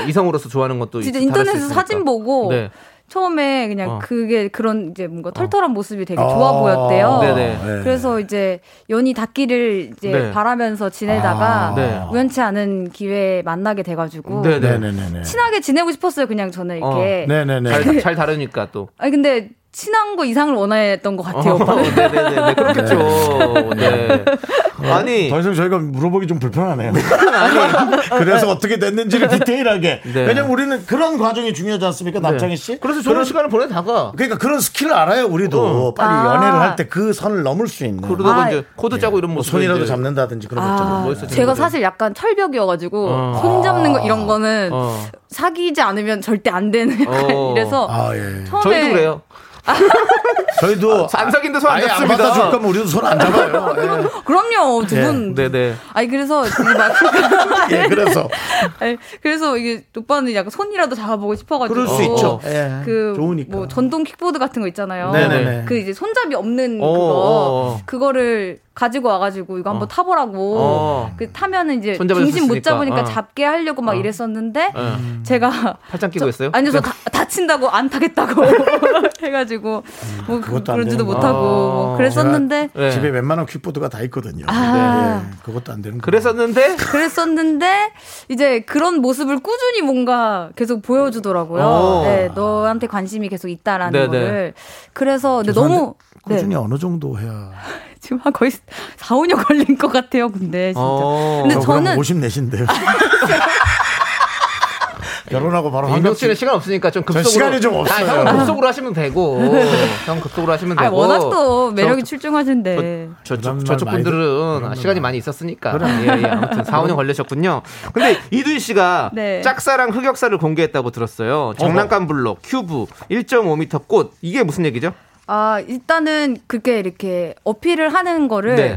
D: 이성으로서 좋아하는 것도
I: 진짜
D: 있- 다를 수
I: 인터넷에서
D: 있으니까.
I: 사진 보고
D: 네.
I: 처음에 그냥
D: 어.
I: 그게 그런 이제 뭔가 털털한 모습이 되게 좋아
C: 아,
I: 보였대요.
D: 네네.
C: 네.
I: 그래서 이제 연이 닿기를 이제
D: 네.
I: 바라면서 지내다가
C: 아,
D: 네.
I: 우연치 않은 기회에 만나게 돼가지고
D: 네, 네.
C: 네네네네.
I: 친하게 지내고 싶었어요. 그냥 저는 이렇게.
C: 네네네.
D: 잘, 잘 다르니까 또. 어,
I: 아니 근데 친한 거 이상을 원했던 것 같아요. 오빠는.
D: 네네네. 그렇겠죠. 네. 아니. 네.
C: 더 이상 저희가 물어보기 좀 불편하네요. 그래서 어떻게 됐는지를 디테일하게.
D: 네.
C: 왜냐면 우리는 그런 과정이 중요하지 않습니까, 남창희 씨?
D: 그래서 좋은
C: 그런-
D: 시간을 보내다가
C: 그러니까 그런 스킬을 알아야 우리도 빨리
I: 아.
C: 연애를 할 때 그 선을 넘을 수 있는.
D: 어. 그러다가
I: 아,
D: 이제 코드 짜고 이런
C: 뭐
D: 모습
C: 손이라도 잡는다든지 그런 거
I: 아,
C: 있잖아요.
D: 멋있어지는
I: 제가
D: 거죠.
I: 사실 약간 철벽이어가지고
D: 어.
I: 손 잡는 거 이런 거는
D: 어.
I: 사귀지 않으면 절대 안 되는
D: 어.
I: 이래서
C: 아, 예.
I: 처음에
D: 저희도 그래요.
C: 저희도
D: 산석인데 손안
C: 아예
D: 잡습니다.
C: 안 받아줄 거면 우리도 손 안 잡아요.
I: 그럼요, 두 분.
D: 네네.
I: 아니 그래서 지금 막
C: 예, 그래서.
I: 아니, 그래서 이게 오빠는 약간 손이라도 잡아보고 싶어가지고
C: 그럴 수 있죠. 예,
I: 그
C: 좋으니까.
I: 뭐 전동 킥보드 같은 거 있잖아요.
C: 네네네.
I: 그 이제 손잡이 없는
C: 어, 어,
I: 그거
C: 어.
I: 그거를 가지고 와가지고 이거 한번 타보라고.
D: 어.
I: 그 타면은 이제
D: 손잡을 수
I: 중심 못
D: 있으니까.
I: 잡으니까
D: 어.
I: 잡게 하려고 막 이랬었는데
D: 음.
I: 제가
D: 팔짱 끼고 했어요? 음.
I: 아니요, 저 다, 다친다고 안 타겠다고 해가지고 뭐
C: 음, 그것도 안
I: 그런지도
C: 되는구나.
I: 못하고
D: 어.
I: 뭐 그랬었는데
D: 예.
C: 제가 집에 웬만한 퀵보드가 다 있거든요.
D: 네.
I: 아.
C: 예, 그것도 안 되는 거.
D: 그랬었는데
I: 그랬었는데 이제 그런 모습을 꾸준히 뭔가 계속 보여주더라고요.
C: 어.
I: 네, 너한테 관심이 계속 있다라는
C: 네네.
I: 거를. 그래서 근데
C: 죄송한데
I: 너무 네,
C: 꾸준히 어느 정도 해야.
I: 지금 한 거의 4, 5년 걸린 것 같아요. 근데 진짜.
D: 어.
I: 근데
C: 저 그럼
I: 저는
C: 50 내신데요. 결혼하고 바로
D: 네, 이명 씨는
C: 환갑
D: 어, 시간 없으니까 좀
C: 전
D: 급속으로
C: 시간이 좀 없어요.
D: 아, 형은 급속으로 하시면 되고 형 급속으로 하시면
I: 아,
D: 되고
I: 워낙 또 매력이
D: 어. 저-
I: 출중하신데.
D: 저쪽, 저쪽 분들은 아, 시간이 많이 있었으니까. 예, 예. 아무튼 4, 5년 걸리셨군요. 근데 이두희 씨가
I: 네.
D: 짝사랑 흑역사를 공개했다고 들었어요. 장난감 블록, 큐브, 1.5m 꽃. 이게 무슨 얘기죠?
I: 아, 일단은 그렇게 이렇게 어필을 하는 거를
D: 네.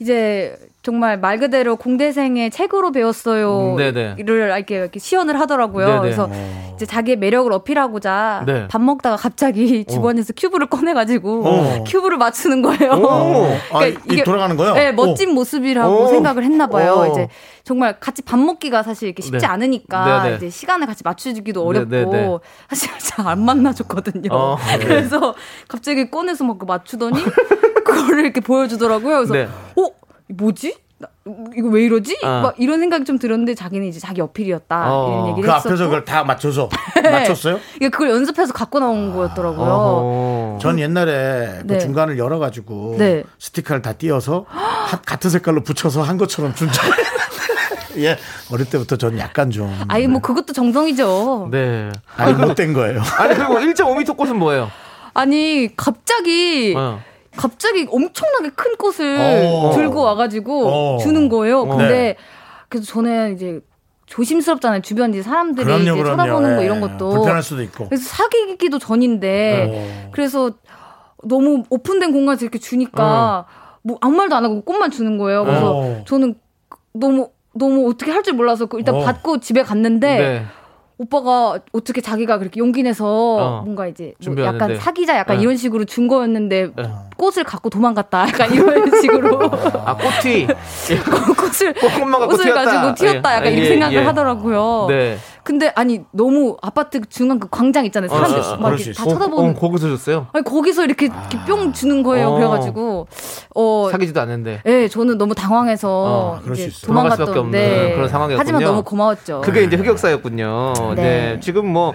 I: 이제 정말 말 그대로 공대생의 책으로 배웠어요.
D: 음, 네네.
I: 이를 이렇게, 이렇게 시연을 하더라고요.
D: 네네.
I: 그래서
C: 어.
I: 이제 자기의 매력을 어필하고자
D: 네. 어.
I: 밥 먹다가 갑자기 주변에서 큐브를 꺼내가지고
C: 어.
I: 큐브를 맞추는 거예요. 그러니까
C: 오. 아, 이
I: 이게-
C: 돌아가는 거요?
I: 네, 멋진
C: 오.
I: 모습이라고
C: 오.
I: 생각을 했나 봐요.
C: 오.
I: 이제 정말 같이 밥 먹기가 사실 이렇게 쉽지
D: 네.
I: 않으니까
D: 네네.
I: 이제 시간을 같이 맞춰주기도 어렵고
D: 네네네.
I: 사실 잘 안 만나줬거든요.
D: 어. 네.
I: 그래서 갑자기 꺼내서 막 그거 맞추더니 그거를 이렇게 보여주더라고요. 그래서
D: 네.
I: 어 뭐지? 나- 이거 왜 이러지?
C: 어.
I: 막 이런 생각이 좀 들었는데 자기는 이제 자기 어필이었다 이런 얘기를
C: 그
I: 했었고 네.
C: 앞에서 그걸 다 맞춰서 맞췄어요?
I: 이게 그걸 연습해서 갖고 나온 거였더라고요.
C: 전 옛날에 그
I: 네.
C: 중간을 열어가지고
I: 네.
C: 스티커를 다 띄어서 하- 같은 색깔로 붙여서 한 것처럼 준 적. 예, 어릴 때부터 전 약간 좀
I: 아니 뭐 그것도 정성이죠.
D: 네.
C: 아니 못된 거예요.
D: 아니, 그리고 1.5m 꽃은 뭐예요?
I: 아니 갑자기
D: 어.
I: 갑자기 엄청나게 큰 꽃을
D: 어.
I: 들고 와가지고
D: 어.
I: 주는 거예요. 근데
D: 네.
I: 그래서 저는 이제 조심스럽잖아요. 주변 이제 네, 사람들이
C: 그럼요,
I: 이제
C: 그럼요.
I: 쳐다보는 거
C: 예,
I: 이런 것도 네.
C: 불편할 수도 네. 있고.
I: 그래서 사귀기도 전인데 그래서 너무 오픈된 공간에서 이렇게 주니까
C: 어.
I: 뭐 아무 말도 안 하고 꽃만 주는 거예요. 그래서
H: 어.
I: 저는 너무 너무 어떻게 할 줄 몰라서 그 일단
H: 어.
I: 받고 집에 갔는데
H: 네.
I: 오빠가 어떻게 자기가 그렇게 용기 내서
H: 어.
I: 뭔가 이제 뭐
H: 준비하는데.
I: 약간 사귀자 약간
H: 네.
I: 이런 식으로 준 거였는데
H: 네.
I: 꽃을 갖고 도망갔다 약간 이런 식으로
D: 아, 꽃이.
I: 꽃을
D: 꽃만 갖고
I: 꽃을
D: 튀었다.
I: 가지고 튀었다
D: 예.
I: 약간
D: 아,
I: 이런
D: 예,
I: 생각을
D: 예.
I: 하더라고요.
D: 네.
I: 근데 아니 너무 아파트 중간 그 광장 있잖아요. 사람들 막 이렇게 다 쳐다보는
D: 어, 거기서 줬어요.
I: 아니 거기서 이렇게, 이렇게 뿅 주는 거예요.
D: 어.
I: 그래가지고 어
D: 사귀지도 않는데.
I: 예, 저는 너무 당황해서
D: 어, 그럴
I: 이제
D: 수 있어요. 도망갈 수밖에
I: 도망갔던 네.
D: 없는 그런 상황이었군요.
I: 하지만 너무 고마웠죠.
D: 그게 이제 흑역사였군요. 네.
I: 네.
D: 지금 뭐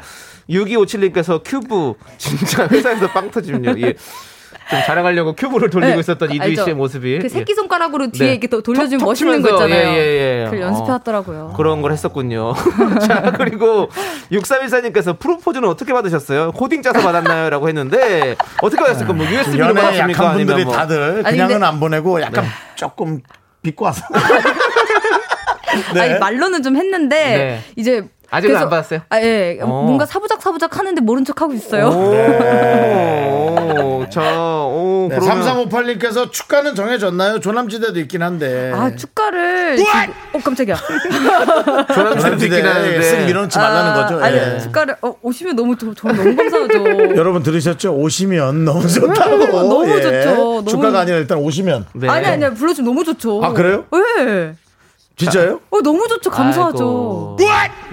D: 6257님께서 큐브 진짜 회사에서 빵 터집니다. 예. 좀 자랑하려고 큐브를 돌리고
I: 네,
D: 있었던
I: 그
D: 이두희
I: 알죠?
D: 씨의 모습이
I: 그 새끼 손가락으로
D: 네.
I: 뒤에 이렇게 또 돌려주면
D: 톡
I: 멋있는 거
D: 치면서,
I: 있잖아요.
D: 예, 예, 예.
I: 그걸
D: 어.
I: 연습해왔더라고요.
D: 그런 걸 했었군요. 자, 그리고 6314님께서 프로포즈는 어떻게 받으셨어요? 코딩 짜서 받았나요? 라고 했는데 어떻게 받았을까? 뭐 USB로
C: 연애
D: 받았습니까?
C: 약한 분들이
D: 아니면 뭐
C: 다들
I: 아니,
C: 그냥은
I: 근데-
C: 안 보내고 약간 조금 비꼬 와서. 네.
I: 아니 말로는 좀 했는데
C: 네.
I: 이제
D: 그, 아직은
I: 그래서-
D: 안 받았어요?
I: 아, 예.
D: 어. 네.
I: 뭔가 사부작 사부작 하는데 모른 척 하고 있어요.
D: 오, 자, 오,
C: 네,
D: 그러면
C: 3358님께서 축가는 정해졌나요? 조남지대도 있긴 한데.
I: 아 축가를 지금, 어 깜짝이야.
C: 조남지대 예, 있긴 한데. 쓱 밀어넣지 말라는 거죠.
I: 아니
C: 예.
I: 축가를 어, 오시면 너무 저, 저 너무 감사하죠.
C: 여러분 들으셨죠? 오시면 너무 좋다고. 예.
I: 너무 좋죠. 너무-
C: 축가가 아니라 일단 오시면.
D: 네.
I: 아니 아니 아니, 불러주면 너무 좋죠.
C: 아, 그래요?
I: 예.
C: 진짜요?
I: 어 너무 좋죠. 감사하죠.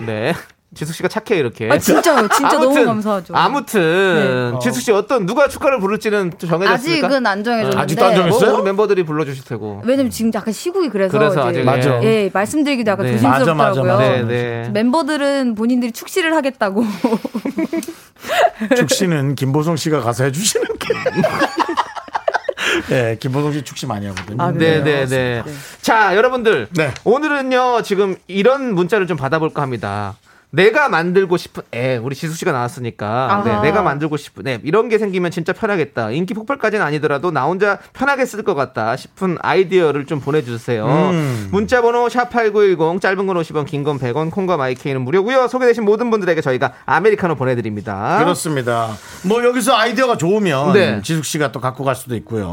D: 네. 지숙 씨가 착해 이렇게.
I: 아, 진짜요. 진짜 너무 감사하죠.
D: 아,
I: 네.
D: 아무튼 지숙 씨 어떤 누가 축가를 부를지는 좀 정해졌습니까?
I: 아직은 안 정해졌는데. 아직도 안
D: 뭐,
I: 정했어요?
D: 우리 멤버들이 불러주실 테고.
I: 왜냐면 지금 약간 시국이 그래서,
D: 그래서
I: 이제
D: 아직- 맞아.
I: 예 말씀드리기도 약간
D: 네.
I: 조심스럽더라고요.
D: 네, 네.
I: 멤버들은 본인들이 축시를 하겠다고.
C: 축시는 김보성 씨가 가서 해주시는 게. 네, 김보성 씨 축시 많이 하거든요.
D: 네, 네, 네. 자, 여러분들. 오늘은요, 지금 이런 문자를 좀 받아볼까 합니다. 내가 만들고 싶은 애 우리 지수 씨가 나왔으니까 네,
K: 아하.
D: 내가 만들고 싶은 앱 이런 게 생기면 진짜 편하겠다 인기 폭발까지는 아니더라도 나 혼자 편하게 쓸 것 같다 싶은 아이디어를 좀 보내주세요
K: 음.
D: 문자번호 샵8910 짧은 건 50원 긴 건 100원 콩과 마이케이는 무료고요 소개되신 모든 분들에게 저희가 아메리카노 보내드립니다
C: 그렇습니다. 뭐 여기서 아이디어가 좋으면
D: 네.
C: 지숙 씨가 또 갖고 갈 수도 있고요.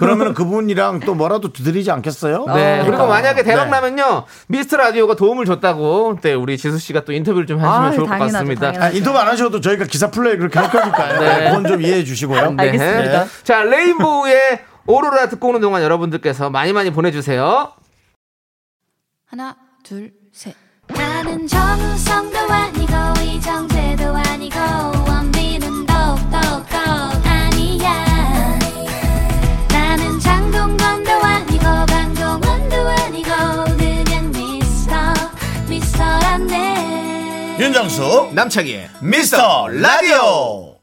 C: 그러면 그분이랑 또 뭐라도 두드리지 않겠어요?
D: 네. 그리고
C: 그러니까.
D: 만약에 대박
C: 네.
D: 나면요. 미스터 라디오가 도움을 줬다고 네, 우리 지수 씨가 또 인터뷰를 좀 하시면 좋을 것 같습니다.
C: 아, 인터뷰 안 하셔도 저희가 기사 플레이 그렇게 할 거니까요.
D: 네.
C: 그건 좀 이해해 주시고요.
D: 네. 네. 자, 레인보우의 오로라 듣고 오는 동안 여러분들께서 많이 많이 보내 주세요.
H: 하나 둘 셋. 나는 정우성도 아니고 이정재도 아니고 원빈은 더욱더 아니야 나는 장동건도 아니고 강동원도 아니고 그냥 미스터 미스터란데
E: 윤정수 남창희의 미스터 라디오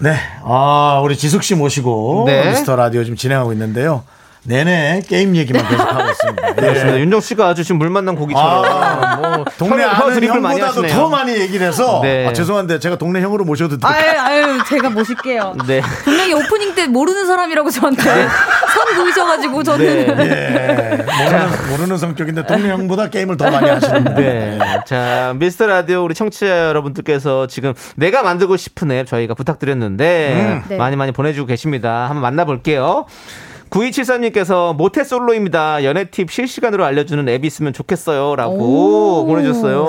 C: 네. 아, 우리 지숙 씨 모시고
E: 네.
C: 미스터 라디오 지금 진행하고 있는데요. 내내 게임 얘기만 계속하고 있습니다.
D: 네.
C: 예.
D: 그렇습니다. 윤정 씨가 아주 지금 물 만난 고기처럼
C: 아,
D: 뭐
C: 동네
D: 혀- 혀
C: 아는
D: 드립을 많이
C: 형보다도
D: 하시네요.
C: 더 많이 얘기를 해서
D: 네.
C: 아, 죄송한데 제가 동네 형으로 모셔도 될까요?
I: 아유, 아유, 제가 모실게요.
D: 네.
I: 분명히 오프닝 때 모르는 사람이라고 저한테 선 그으셔가지고
D: 네,
I: 저는.
C: 예. 모르는, 모르는 성격인데 동네 형보다 게임을 더 많이 하시는 분.
D: 네. 자, 미스터 라디오 우리 청취자 여러분들께서 지금 내가 만들고 싶은 앱 저희가 부탁드렸는데
K: 음. 네.
D: 많이 많이 보내주고 계십니다. 한번 만나볼게요. 9274님께서 모태솔로입니다. 연애 팁 실시간으로 알려주는 앱이 있으면 좋겠어요. 라고
K: 오.
D: 보내주셨어요.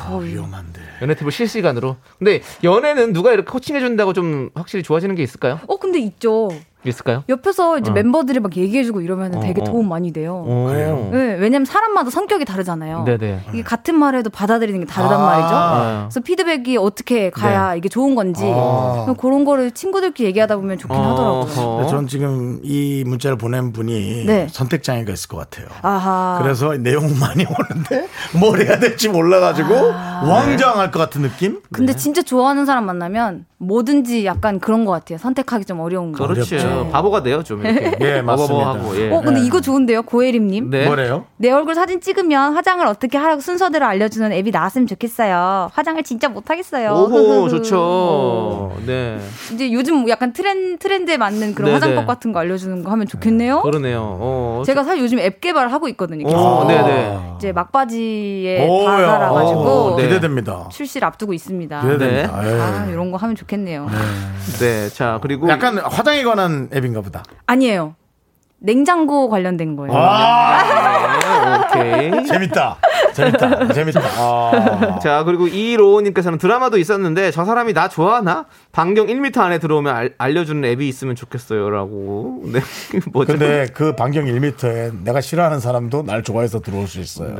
C: 아, 위험한.
D: 연애 팁을 실시간으로. 근데 연애는 누가 이렇게 코칭해준다고 좀 확실히 좋아지는 게 있을까요?
I: 어, 근데 있죠.
D: 있을까요?
I: 옆에서 이제
D: 어.
I: 멤버들이 막 얘기해주고 이러면
D: 어,
I: 은 되게
D: 어.
I: 도움 많이 돼요.
D: 오. 그래요?
I: 네, 왜냐면 사람마다 성격이 다르잖아요.
D: 네네.
I: 이게 같은 말에도 받아들이는 게 다르단
D: 아.
I: 말이죠.
D: 네.
I: 그래서 피드백이 어떻게 가야 이게 좋은 건지
C: 아.
I: 그런 거를 친구들끼리 얘기하다 보면 좋긴
D: 어.
I: 하더라고요.
D: 네,
C: 근데 전 지금 이 문자를 보낸 분이
I: 네.
C: 선택 장애가 있을 것 같아요.
I: 아하.
C: 그래서 내용 많이 오는데 뭘 해야 될지 몰라가지고
I: 아, 네.
C: 왕장할 것 같은 느낌?
D: 네.
I: 근데 진짜 좋아하는 사람 만나면 뭐든지 약간 그런 것 같아요. 선택하기 좀 어려운 거.
D: 그렇죠. 바보가 돼요, 좀 이렇게.
C: 예, 맞습니다.
D: 어버버하고, 예.
I: 어, 근데 이거 좋은데요, 고혜림님.
D: 네. 뭐래요?
I: 내 얼굴 사진 찍으면 화장을 어떻게 하라고 순서대로 알려주는 앱이 나왔으면 좋겠어요. 화장을 진짜 못하겠어요.
D: 오호,
I: 흐흐흐.
D: 좋죠. 네.
I: 이제 요즘 약간 트렌 트렌드에 맞는
D: 네네.
I: 그런 화장법 같은 거 알려주는 거 하면 좋겠네요.
D: 그러네요. 어,
I: 제가 사실 요즘 앱 개발을 하고 있거든요.
D: 오,
I: 계속.
D: 네네.
I: 이제 막바지에
C: 오야.
I: 네,
C: 어,
I: 다 달아가지고
D: 오, 네.
C: 기대됩니다.
I: 출시를 앞두고 있습니다.
C: 기대됩니다. 예.
I: 아, 이런 거 하면 좋겠네요.
D: 네, 자 그리고
C: 약간 화장에 관한 앱인가 보다.
I: 아니에요. 냉장고 관련된
D: 아.
I: 거예요.
C: 아,
D: 네, 오케이.
C: 재밌다. 재밌다. 재밌다.
D: 아.
C: 아.
D: 자, 그리고 이로우님께서는 드라마도 있었는데 저 사람이 나 좋아하나? 반경 1m 안에 들어오면 알, 알려주는 앱이 있으면 좋겠어요. 라고. 네. 뭐죠?
C: 근데 그 반경 1m에 내가 싫어하는 사람도 날 좋아해서 들어올 수 있어요.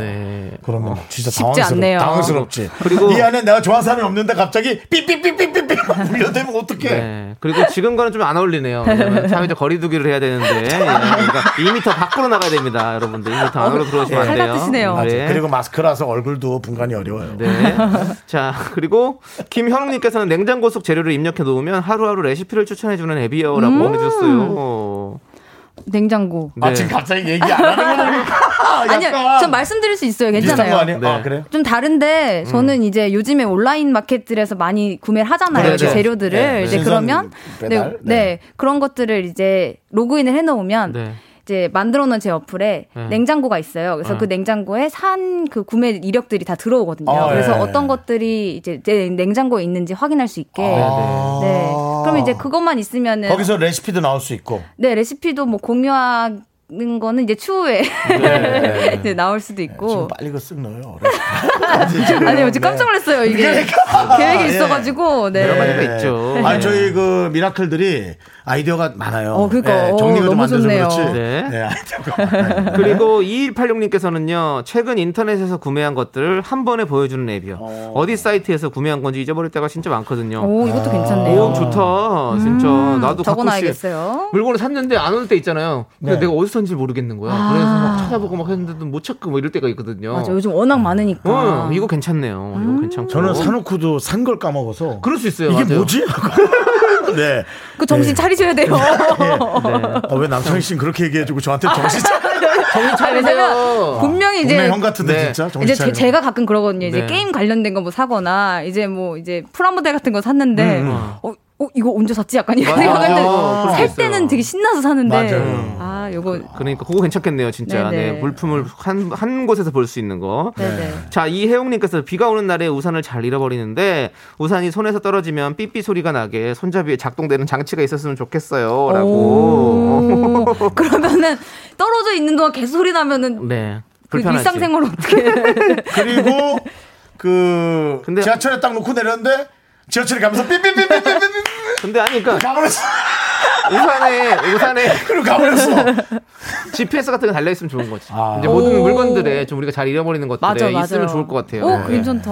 C: 그러면 진짜
K: 쉽지
C: 당황스럽,
K: 않네요.
C: 당황스럽지.
D: 네. 그리고-
C: 이 안에 내가 좋아하는 사람이 없는데 갑자기 삐삐삐삐삐삐 불려대면 어떡해.
D: 네. 그리고 지금과는 좀 안 어울리네요. 왜냐면 사회적 거리두기를 해야 되는데. 예. 그러니까 2m 밖으로 나가야 됩니다. 여러분들. 2m 안으로 들어오시면 안 돼요.
C: 맞아요.
D: 네.
C: 그리고 마스크라서 얼굴도 분간이 어려워요.
D: 네. 자, 그리고 김현웅님께서는 냉장고 속 재료를 입력해 놓으면 하루하루 레시피를 추천해주는 앱이요. 라고
I: 음.
D: 보내주셨어요.
I: 냉장고.
D: 아, 네. 지금
C: 갑자기 얘기 안 하는 거니까.
I: 아니요, 전 말씀드릴 수 있어요. 괜찮아요.
C: 비슷한 거 아니에요?
D: 네.
C: 음. 아, 그래요?
I: 좀 다른데 저는 이제 요즘에 온라인 마켓들에서 많이 구매를 하잖아요.
H: 그렇죠.
I: 이제 재료들을
H: 네,
I: 이제
H: 네.
I: 그러면 네,
H: 신선 배달?
I: 네. 그런 것들을 이제 로그인을 해놓으면
H: 네.
I: 이제 만들어놓은 제 어플에
H: 네.
I: 냉장고가 있어요. 그래서
H: 네.
I: 그 냉장고에 산 그 구매 이력들이 다 들어오거든요.
H: 아,
I: 그래서
H: 네.
I: 어떤 것들이 이제 제 냉장고에 있는지 확인할 수 있게.
C: 아.
I: 네. 그럼 이제 그것만 있으면은
C: 거기서 레시피도 나올 수 있고.
I: 네 레시피도 뭐 공유하는 거는 이제 추후에
C: 네.
I: 이제 나올 수도 있고.
C: 빨리 이거 쓱 넣어요.
I: 아니 어제 깜짝 놀랐어요 이게
C: 그러니까.
I: 계획이
C: 예.
I: 있어가지고 네.
C: 아니, 저희 그 미라클들이 아이디어가 많아요.
I: 어, 그러니까.
C: 예,
I: 어,
C: 정리가 좀
I: 너무
C: 안 돼서
I: 좋네요.
C: 그렇지.
D: 네.
C: 네, 아이디어가
D: 그리고 2186님께서는요, 최근 인터넷에서 구매한 것들을 한 번에 보여주는 앱이요. 어디 사이트에서 구매한 건지 잊어버릴 때가 진짜 많거든요.
I: 오 이것도 괜찮네요. 음,
D: 오, 좋다. 진짜. 나도 가끔씩
I: 적어놔야겠어요.
D: 물건을 샀는데 안 올 때 있잖아요. 근데
I: 네.
D: 내가 어디서 샀는지 모르겠는 거야.
I: 아.
D: 그래서 막 찾아보고 막 했는데도 못 찾고 뭐 이럴 때가 있거든요.
I: 맞아 요즘 워낙 많으니까.
D: 응, 어, 이거
I: 음.
D: 괜찮네요. 이거 괜찮고.
C: 저는 사놓고도 산 걸 까먹어서.
D: 그럴 수 있어요.
C: 이게
D: 맞아요.
C: 뭐지? 네.
I: 그 정신 차리셔야 돼요.
C: 어, 왜 남창희 씨는 그렇게 얘기해주고 저한테 정신 차
I: 정신 차리세요. 아, 분명히 이제
C: 동네 형 같은데 진짜 정신
I: 이제
C: 차려.
I: 제, 가 가끔 그러거든요. 이제
C: 네.
I: 게임 관련된 거 뭐 사거나 이제 뭐 이제 프라모델 같은 거 샀는데
C: 음.
I: 어, 어, 이거 언제 샀지? 약간 이런
D: 맞아요.
I: 생각하는데
D: 그럴 수
I: 살
D: 있어요.
I: 때는 되게 신나서 사는데
D: 맞아요.
I: 아 요거
D: 그러니까 그거 괜찮겠네요, 진짜.
I: 네네.
D: 네, 물품을 한, 한 곳에서 볼 수 있는 거.
I: 네네.
D: 자, 이혜웅님께서 비가 오는 날에 우산을 잘 잃어버리는데 우산이 손에서 떨어지면 삐삐 소리가 나게 손잡이에 작동되는 장치가 있었으면 좋겠어요라고.
I: 오, 그러면은 떨어져 있는 동안 계속 소리 나면은
D: 네.
I: 그
D: 불편하지. 네,
I: 일상생활 어떻게?
C: 그리고 그 지하철에 딱 놓고 내렸는데 지하철이 가면서 삐삐삐삐삐삐
D: 근데 아니 그러니까
C: 가버렸어.
D: 우산에 우산에
C: 그리고 가버렸어.
D: GPS 같은 거 달려 있으면 좋은 거지.
C: 아.
D: 이제 모든
I: 오.
D: 물건들에 좀 우리가 잘 잃어버리는 것들에
I: 맞아, 맞아요. 어,
D: 있으면 좋을 것 같아요. 네.
I: 오, 괜찮다.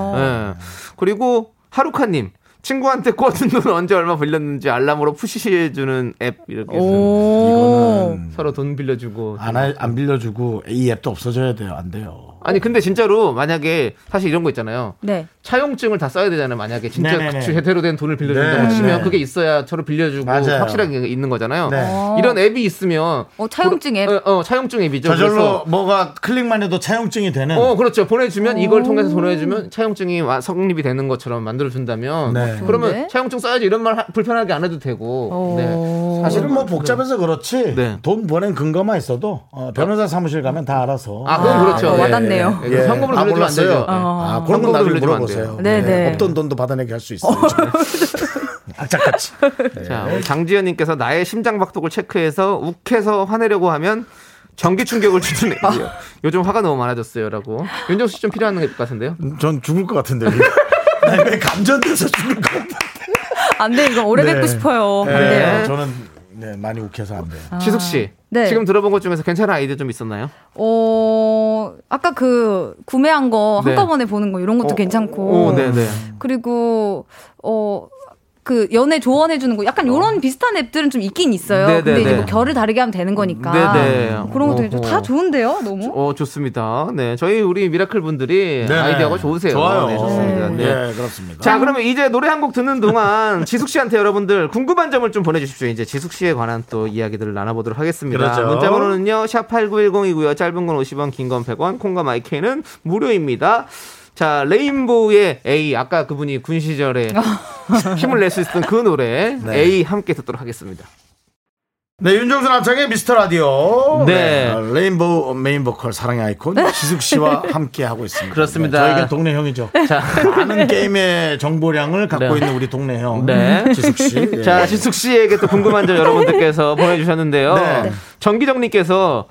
D: 예. 그리고 하루카님 친구한테 꽂은 돈 언제 얼마 빌렸는지 알람으로 푸시해주는 앱 이렇게
I: 오.
D: 서로 돈 빌려주고
C: 안, 할- 안 빌려주고 이 앱도 없어져야 돼요. 안 돼요.
D: 아니 근데 진짜로 만약에 사실 이런 거 있잖아요.
I: 네.
D: 차용증을 다 써야 되잖아요. 만약에 진짜
C: 네네네.
D: 그 제대로 된 돈을 빌려준다고
C: 네,
D: 치면
C: 네.
D: 그게 있어야 저를 빌려주고
C: 맞아요.
D: 확실하게 있는 거잖아요.
C: 네.
I: 어.
D: 이런 앱이 있으면
I: 어 차용증 앱.
D: 어, 어, 차용증 앱이죠.
C: 저절로
D: 그래서
C: 뭐가 클릭만 해도 차용증이 되는
D: 어 그렇죠. 보내주면 이걸 통해서 보내주면 차용증이 와- 성립이 되는 것처럼 만들어 준다면
C: 네.
D: 그러면
C: 좋은데?
D: 차용증 써야지 이런 말 하- 불편하게 안 해도
I: 어.
D: 되고. 네.
C: 사실은 뭐 복잡해서 그렇지 돈 보낸 근거만 있어도 어, 변호사 사무실 가면 다 알아서
D: 아, 그건 그렇죠.
C: 예,
D: 와닿네요.
C: 예, 예.
D: 현금으로
C: 아,
D: 돌려주면 안
C: 몰랐어요.
D: 되죠.
C: 아, 그런
D: 예.
C: 건
D: 현금으로
C: 나중에
D: 돌려주면 안
C: 물어보세요
D: 돼요.
C: 네,
D: 네네.
C: 없던 돈도 받아내게 할 수 있어요 악착같이
D: 자, 우리 장지현님께서 나의 심장박동을 체크해서 욱해서 화내려고 하면 전기 충격을 주는 애기요. 요즘 화가 너무 많아졌어요라고. 윤정수 씨 좀 필요한 것 같은데요?
C: 전 죽을 것 같은데 나왜 감전돼서 죽을 것 같아
I: 안돼 이거 오래 뵙고
C: 네.
I: 싶어요.
C: 네,
I: 안 돼요.
C: 저는 네, 많이 욱해서 안 돼요
D: 지숙 씨,
I: 네.
D: 지금 들어본 것 중에서 괜찮은 아이디어 좀 있었나요?
I: 어 아까 그 구매한 거
D: 네.
I: 한꺼번에 보는 거 이런 것도
D: 어,
I: 괜찮고.
D: 오, 네, 네.
I: 그리고 어 그 연애 조언해 주는 거 약간 요런 비슷한 앱들은 좀 있긴
D: 어.
I: 있어요.
D: 네, 네,
I: 근데 이제
D: 네.
I: 뭐 결을 다르게 하면 되는 거니까.
D: 네, 네.
I: 그런 것도 괜찮-
D: 어허.
I: 다 좋은데요, 너무.
D: 어, 좋습니다. 네, 저희 우리 미라클 분들이
C: 네.
D: 아이디어가 좋으세요.
C: 좋아요
D: 네, 좋습니다. 네.
C: 예, 그렇습니다
D: 자, 그러면 이제 노래 한 곡 듣는 동안 지숙 씨한테 여러분들 궁금한 점을 좀 보내주십시오. 이제 지숙 씨에 관한 또 이야기들을 나눠보도록 하겠습니다.
C: 그렇죠.
D: 문자번호는요, 샵8910이고요. 짧은 건 50원, 긴 건 100원, 콩과 마이크는 무료입니다. 자, 레인보우의 A, 아까 그분이 군 시절에 힘을 낼 수 있었던 그 노래, A 함께 듣도록 하겠습니다.
C: 네, 윤정수 남창의 미스터 라디오.
D: 네.
C: 어, 레인보우 메인 보컬 사랑의 아이콘 지숙 씨와 함께 하고 있습니다.
D: 그렇습니다.
C: 저희가 동네 형이죠.
D: 자.
C: 많은 게임의 정보량을 갖고
D: 네.
C: 있는 우리 동네 형.
D: 네.
I: 음.
C: 지숙 씨. 예.
D: 자, 지숙 씨에게 또 궁금한 점 여러분들께서 보내주셨는데요.
C: 네.
D: 정기정님께서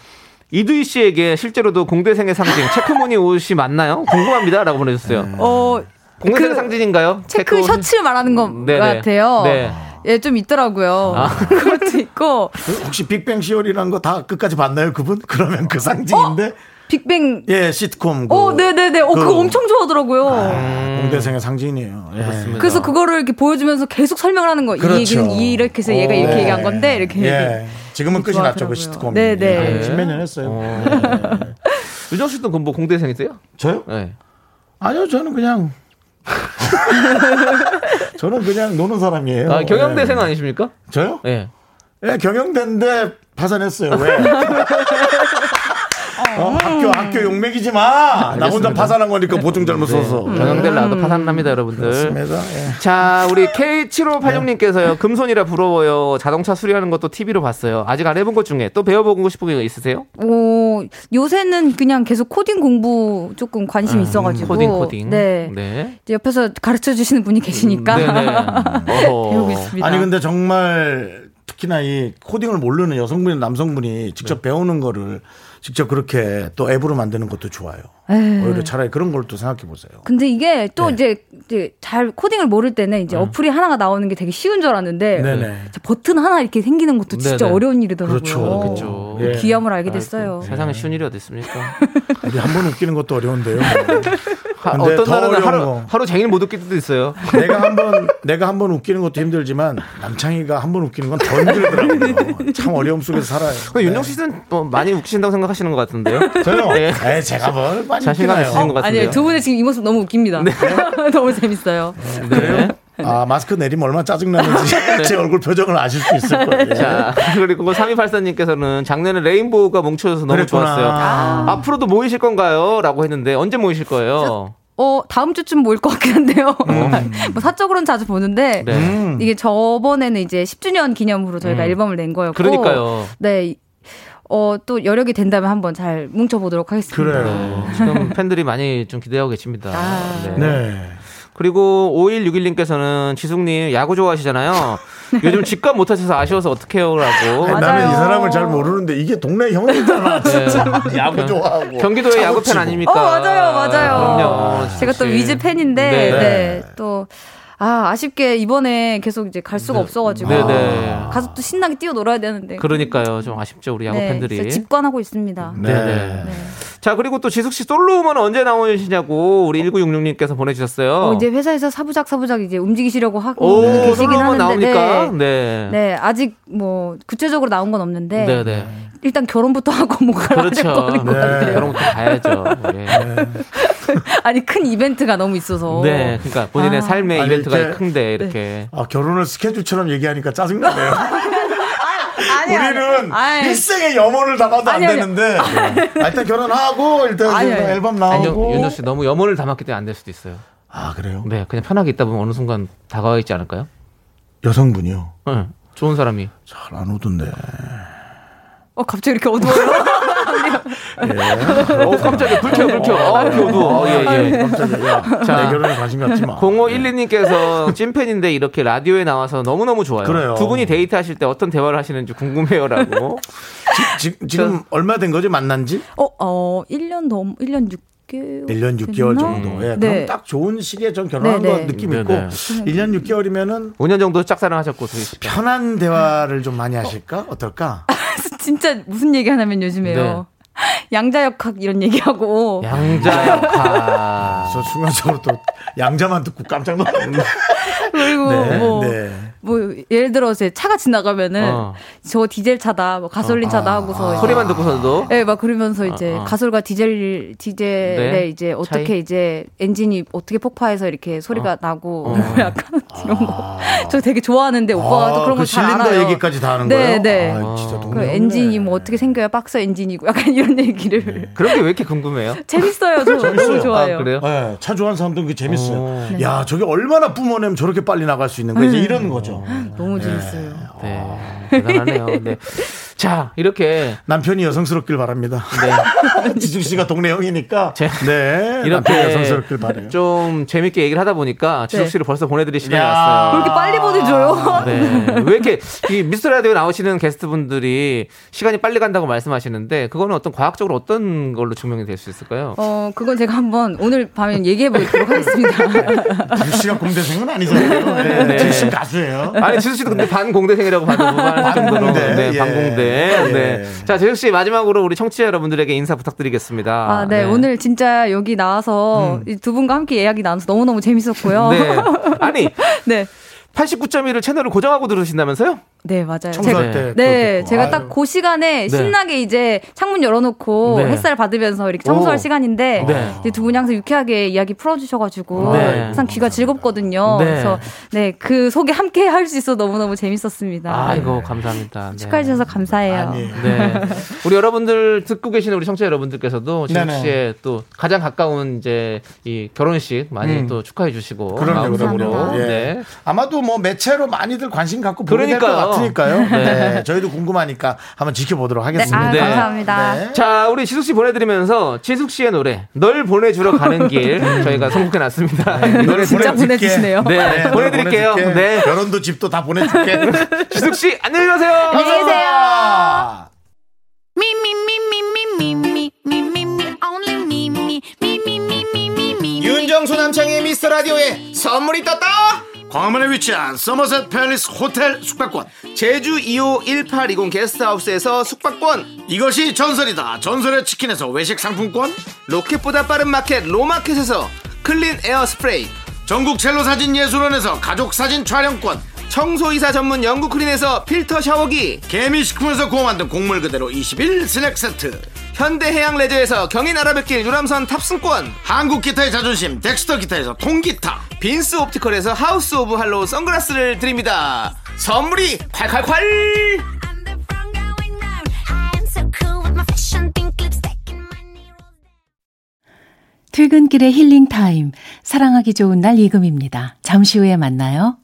D: 이두희 씨에게 실제로도 공대생의 상징 체크무늬 옷이 맞나요? 궁금합니다라고 보내주셨어요.
I: 어
D: 공대생의
I: 그
D: 상징인가요?
I: 체크
D: 아, 체크무늬?
I: 셔츠 말하는 것
D: 네네.
I: 같아요.
D: 네.
I: 예, 좀 있더라고요. 그것도 있고
C: 혹시 빅뱅 시월이라는 거 다 끝까지 봤나요, 그분? 그러면 그 상징인데.
I: 빅뱅
C: 예, 시트콤. 그 음.
I: 어, 네, 네, 네. 어, 그거 엄청 좋아하더라고요.
C: 공대생의 상징이에요. 예.
I: 그래서 그거를 이렇게 보여주면서 계속 설명을 하는 거.
C: 그렇죠.
I: 이 얘기는 이- 이렇게 해서 얘가
C: 어,
I: 이렇게
C: 네.
I: 얘기한 건데 이렇게.
C: 예. 지금은 끝이 났죠,
I: 좋아하더라고요.
C: 그 시트콤.
I: 네, 네.
C: 예, 십몇 년 했어요.
D: 유정 씨도 그뭐 공대생이세요?
C: 저요?
D: 네.
C: 아니요, 저는 그냥. 저는 그냥 노는 사람이에요.
I: 어,
D: 아, 경영대생
I: 네.
C: 예.
D: 아니십니까?
C: 저요?
D: 예.
C: 예, 경영대인데 파산했어요. 왜? 어, 학교 학교 용맥이지 마. 나 혼자 파산한 거니까 보증 잘못 써서.
D: 네. 음.
C: 네.
D: 경영대를 나도
I: 음.
D: 파산납니다, 여러분들.
C: 그렇습니다. 예.
D: 자, 우리
I: 네.
D: K7586님께서요. 금손이라 부러워요. 자동차 수리하는 것도 TV로 봤어요. 아직 안 해본 것 중에 또 배워보고 싶은 게 있으세요?
I: 오, 요새는 그냥 계속 코딩 공부 조금 관심이 있어가지고.
D: 코딩, 코딩.
I: 네.
D: 네.
I: 이제 옆에서 가르쳐 주시는 분이 계시니까.
D: 네네. 어허.
I: 네, 배우고 있습니다.
C: 아니 근데 정말 특히나 이 코딩을 모르는 여성분이 남성분이 직접 배우는 거를 직접 그렇게 또 앱으로 만드는 것도 좋아요.
I: 에이.
C: 오히려 차라리 그런 걸 또 생각해 보세요.
I: 근데 이게 또
C: 네.
I: 이제, 이제 잘 코딩을 모를 때는
D: 음.
I: 이제 어플이 하나가 나오는 게 되게 쉬운 줄 알았는데
C: 네네.
I: 저 버튼 하나 이렇게 생기는 것도 진짜
D: 네네.
I: 어려운 일이더라고요.
C: 그렇죠.
D: 그렇죠.
C: 예.
I: 귀함을 알게 됐어요.
D: 세상에 쉬운 일이 어디 있습니까?
C: 우리 한 번 웃기는 것도 어려운데요.
D: 하-
C: 근데
D: 어떤
C: 더
D: 날은
C: 어려운
D: 하루,
C: 거.
D: 하루 종일 못 웃길 때도 있어요.
C: 내가 한번 내가 한 번 웃기는 것도 힘들지만 남창희가 한 번 웃기는 건 더 힘들더라고요. 참 어려움 속에서 살아요.
D: 근데 윤정수 씨는 뭐 많이 웃기신다고 생각하시는 것 같은데요?
C: 저요.
D: 네.
C: 에 제가 뭘 많이
D: 자신감
I: 어,
C: 웃기나요?
D: 있으신 것 같은데요?
I: 아니요, 두 분의 지금 이 모습 너무 웃깁니다. 너무 재밌어요.
D: 네.
C: 아 마스크 내리면 얼마나 짜증나는지
D: 네.
C: 제 얼굴 표정을 아실 수 있을 거예요.
D: 자, 그리고 3284님께서는 작년에 레인보우가 뭉쳐져서 너무
C: 그랬구나.
D: 좋았어요.
I: 아.
D: 앞으로도 모이실 건가요? 라고 했는데 언제 모이실 거예요?
I: 어 다음 주쯤 모일 것 같긴 한데요. 뭐 사적으로는 자주 보는데
D: 음. 네. 음.
I: 이게 저번에는 이제 10주년 기념으로 저희가
D: 음.
I: 앨범을 낸 거였고,
D: 그러니까요.
I: 네. 어, 또 여력이 된다면 한번 잘 뭉쳐보도록 하겠습니다.
D: 네, 지금 팬들이 많이 좀 기대하고 계십니다.
I: 아.
C: 네.
D: 그리고 5161님께서는 지숙님 야구 좋아하시잖아요. 요즘 집값 못 하셔서 아쉬워서 어떡해요? 라고.
C: 아니, 나는 이 사람을 잘 모르는데 이게 동네 형이잖아. 진짜
D: 네.
C: 예. 야구 좋아하고
D: 경기도의
C: 차고
D: 야구팬
C: 치고.
D: 아닙니까?
I: 어, 맞아요, 맞아요.
D: 그럼요.
I: 제가 또
D: 역시.
I: 위즈 팬인데,
D: 네.
I: 네. 또, 아, 아쉽게 이번에 계속 이제 갈 수가 없어가지고.
C: 아.
D: 네, 네.
I: 가서 또 신나게 뛰어 놀아야 되는데.
D: 그러니까요. 좀 아쉽죠, 우리 야구
I: 네,
D: 팬들이.
I: 진짜 집관하고 있습니다.
D: 네. 네. 자, 그리고 또 지숙 씨 솔로 음원 언제 나오시냐고 우리 1966님께서 보내주셨어요.
I: 어, 이제 회사에서 사부작 사부작 이제 움직이시려고 하고
D: 오,
I: 계시긴
D: 솔로 음원
I: 하는데
D: 나오니까. 네.
I: 네. 네, 아직 뭐 구체적으로 나온 건 없는데
D: 네, 네.
I: 일단 결혼부터 하고 뭐 가야
D: 그렇죠.
I: 될거 같아요. 네.
D: 네. 결혼부터 가야죠. 예.
I: 아니 큰 이벤트가 너무 있어서.
D: 네, 그러니까 본인의
I: 아. 네.
D: 삶의
C: 아니,
D: 이벤트가
C: 이렇게-
D: 큰데 이렇게
C: 아, 결혼을 스케줄처럼 얘기하니까 짜증나네요.
I: 아니, 아니.
C: 우리는
I: 아니.
C: 일생의 염원을 담아도 안
I: 아니, 아니.
C: 되는데 아, 일단 결혼하고 일단
I: 아니,
C: 지금
I: 아니.
C: 앨범
D: 네. 아니요,
C: 나오고
D: 윤정 씨 너무 염원을 담았기 때문에 안 될 수도 있어요.
C: 아 그래요?
D: 네, 그냥 편하게 있다 보면 어느 순간 다가와 있지 않을까요?
C: 여성분이요.
D: 네, 좋은 사람이.
C: 잘 안 오던데.
I: 어 갑자기 이렇게 어두워요.
C: 그렇죠,
D: 어, 깜짝이야. 불켜, 불켜. 아, 이렇게 어두워. 어, 예, 예.
C: 깜짝이야.
D: 자.
C: 내 결혼에 관심 갖지 마.
D: 0512님께서 찐팬인데 이렇게 라디오에 나와서 너무너무 좋아요.
C: 그래요.
D: 두 분이 데이트하실 때 어떤 대화를 하시는지 궁금해요라고.
C: 지, 금 얼마 된 거죠? 만난 지?
I: 어, 어, 1년 넘, 1년 6개월.
C: 1년 6개월 정도. 예. 그럼
I: 네.
C: 딱 좋은 시기에 전 결혼한
I: 네,
C: 거
I: 네.
C: 느낌
D: 네,
C: 있고
D: 네.
C: 1년 6개월이면은
D: 5년 정도 짝사랑하셨고 두분
C: 편한 대화를 좀 많이 하실까? 어떨까?
I: 진짜 무슨 얘기 하냐면 요즘에요.
C: 네.
I: 양자역학 이런 얘기하고.
D: 양자 역할.
C: 저 순간적으로 또 양자만 듣고 깜짝 놀랐는데.
I: 그리고
C: 네,
I: 뭐. 뭐 예를 들어서 차가 지나가면은
D: 어.
I: 저 디젤 차다, 뭐 가솔린
C: 어,
I: 차다
C: 아.
I: 하고서 이제
D: 소리만 듣고서도
I: 예, 막 그러면서 이제
D: 어, 어.
I: 가솔과 디젤 디젤의
D: 네.
I: 이제 어떻게
D: 차이?
I: 이제 엔진이 어떻게 폭파해서 이렇게 소리가 나고
D: 어.
I: 뭐 약간 이런 거. 저 되게 좋아하는데 오빠가 또 그런
C: 아. 그
I: 거잘
C: 실린더
I: 알아요.
C: 얘기까지 다 하는 거예요?
I: 네, 네.
C: 아, 진짜
I: 그
C: 동네
I: 엔진이 뭐 어떻게 생겨야 박스 엔진이고 약간 이런 얘기를
D: 그런 게 왜 이렇게 궁금해요?
I: 재밌어요. 저 너무 좋아요.
D: 네. 아, 그래요?
C: 예, 차 좋아하는 사람들은 그게 재밌어요.
I: 네. 음.
C: 야, 저게 얼마나 뿜어내면 저렇게 빨리 나갈 수 있는 거지? 이런 거죠.
D: 어.
I: 너무 재밌어요.
D: 네. 대단하네요. 네. 자, 이렇게
C: 남편이 여성스럽길 바랍니다. 지중 씨가 동네 형이니까.
D: 네. 제-
C: 네. 남편이 여성스럽길 바래요.
D: 이렇게 좀 재밌게 얘기를 하다 보니까 지숙 씨를 벌써 보내드릴 시간이
C: 네. 야.
D: 왔어요.
I: 그렇게 빨리 보내줘요.
D: 아, 네. 왜 이렇게 이 미스터 라디오 나오시는 게스트분들이 시간이 빨리 간다고 말씀하시는데 그거는 어떤 과학적으로 어떤 걸로 증명이 될 수 있을까요?
I: 어, 그건 제가 한번 오늘 밤에 얘기해 보도록 하겠습니다.
C: 지중 씨가 공대생은 아니잖아요. 네.
D: 네.
C: 지중 씨는 가수예요.
D: 아니 지수 씨도 근데 반공대생이라고 봐도 무방할 정도로
C: 반공대,
D: 네,
C: 예.
D: 반공대.
C: 예.
D: 네. 자, 재혁 씨 마지막으로 우리 청취자 여러분들에게 인사 부탁드리겠습니다.
I: 아, 네. 오늘 진짜 여기 나와서 이 두 분과 함께 이야기 나눠서 너무너무 재밌었고요.
D: 네. 아니,
I: 네.
D: 89.1을 채널을 고정하고 들으신다면서요?
I: 네, 맞아요.
C: 청소할
I: 제가-
C: 때 그거
I: 네,
C: 듣고.
I: 제가
C: 아유.
I: 딱 그 시간에
D: 네.
I: 신나게 이제 창문 열어놓고
D: 네.
I: 햇살 받으면서 이렇게 청소할
D: 오.
I: 시간인데
D: 네.
I: 이제 두 분이 항상 유쾌하게 이야기 풀어주셔가지고
D: 네.
I: 항상 귀가 즐겁거든요.
D: 네.
I: 그래서 네, 그 속에 함께 할 수 있어 너무너무 재밌었습니다.
D: 아이고, 감사합니다. 네.
I: 축하해주셔서 감사해요.
C: 예.
D: 네. 우리 여러분들 듣고 계시는 우리 청취자 여러분들께서도 지숙
C: 네네.
D: 씨의 또 가장 가까운 이제 이 결혼식 많이
C: 음.
D: 또 축하해 주시고
C: 그럼요, 그럼요.
D: 마음속으로.
C: 예.
D: 네.
C: 아마도 뭐 매체로 많이들 관심 갖고 보게 될것
D: 그러니까요.
C: 같으니까요.
D: 네.
C: 네, 저희도 궁금하니까 한번 지켜보도록
I: 네,
C: 하겠습니다.
I: 아,
D: 네.
I: 감사합니다.
C: 네.
D: 자, 우리 지숙 씨 보내드리면서 지숙 씨의 노래 널 보내주러 가는 길 저희가 선곡해 놨습니다.
C: 음. 네, 노래
I: 진짜
C: 보내줄게.
I: 보내주시네요.
D: 네,
C: 노래
D: 보내드릴게요.
C: 보내줄게.
D: 네.
C: 결혼도 집도 다 보내줄게.
D: 지숙 씨 안녕히 가세요.
I: 안녕히 계세요.
H: Me, me, me, me, me, me, me, me, me, me, only me, me, me, me, me, me, me, me.
L: 윤정수 남창의 미스터 라디오에 선물이 떴다. 광화문에 위치한 서머셋 팰리스 호텔 숙박권.
D: 제주 2호 1820 게스트하우스에서 숙박권
L: 이것이 전설이다. 전설의 치킨에서 외식 상품권.
D: 로켓보다 빠른 마켓 로마켓에서 클린 에어 스프레이
L: 전국 첼로 사진 예술원에서 가족 사진 촬영권.
D: 청소이사 전문 영국크린에서 필터 샤워기
L: 개미식품에서 구워 만든 곡물 그대로 21 스낵 세트.
D: 현대해양레저에서 경인아라뱃길 유람선 탑승권
L: 한국 기타의 자존심 덱스터 기타에서 통기타
J: 빈스 옵티컬에서 하우스 오브 할로우 선글라스를 드립니다. 선물이 콸콸콸!
H: I'm so cool with my fashion pink lipstick.
M: 퇴근길의 힐링 타임. 사랑하기 좋은 날 이금입니다. 잠시 후에 만나요.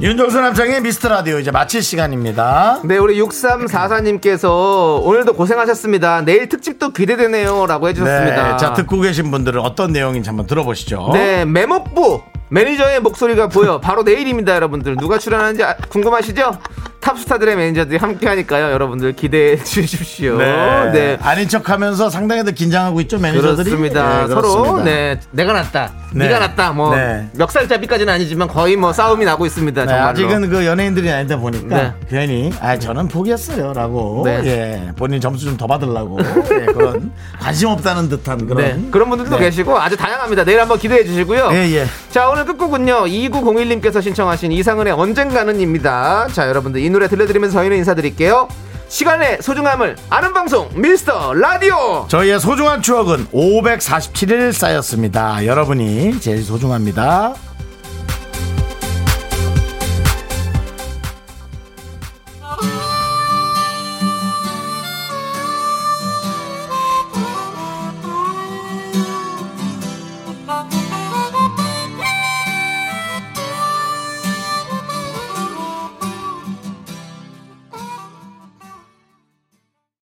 C: 윤정수 남창의 미스터 라디오 이제 마칠 시간입니다.
D: 네, 우리 6344님께서 오늘도 고생하셨습니다. 내일 특집도 기대되네요. 라고 해주셨습니다.
C: 네, 자 듣고 계신 분들은 어떤 내용인지 한번 들어보시죠.
D: 네, 매목부 매니저의 목소리가 보여. 바로 내일입니다, 여러분들. 누가 출연하는지 아- 궁금하시죠? 탑스타들의 매니저들이 함께 하니까요. 여러분들 기대해 주십시오.
C: 네.
D: 네.
C: 아닌 척하면서 상당히들 긴장하고 있죠 매니저들이.
D: 그렇습니다.
C: 네,
D: 서로
C: 그렇습니다.
D: 네, 내가 낫다.
C: 네.
D: 네가 낫다. 뭐
C: 네.
D: 멱살잡이까지는 아니지만 거의 뭐 싸움이 나고 있습니다.
C: 네,
D: 정말로.
C: 아직은 그 연예인들이 아니다 보니까
D: 네.
C: 괜히 아 저는 포기했어요라고
D: 네.
C: 예, 본인 점수 좀 더 받으려고 예, 그런 관심 없다는 듯한 그런
D: 그런, 네, 그런 분들도
C: 네.
D: 계시고 아주 다양합니다. 내일 한번 기대해 주시고요.
C: 예, 예.
D: 자, 오늘 끝곡은요. 2901님께서 신청하신 이상은의 언젠가는입니다. 자, 여러분들 이 노래 들려드리면서 저희는 인사드릴게요. 시간의 소중함을 아는 방송 미스터 라디오.
C: 저희의 소중한 추억은 547일 쌓였습니다. 여러분이 제일 소중합니다.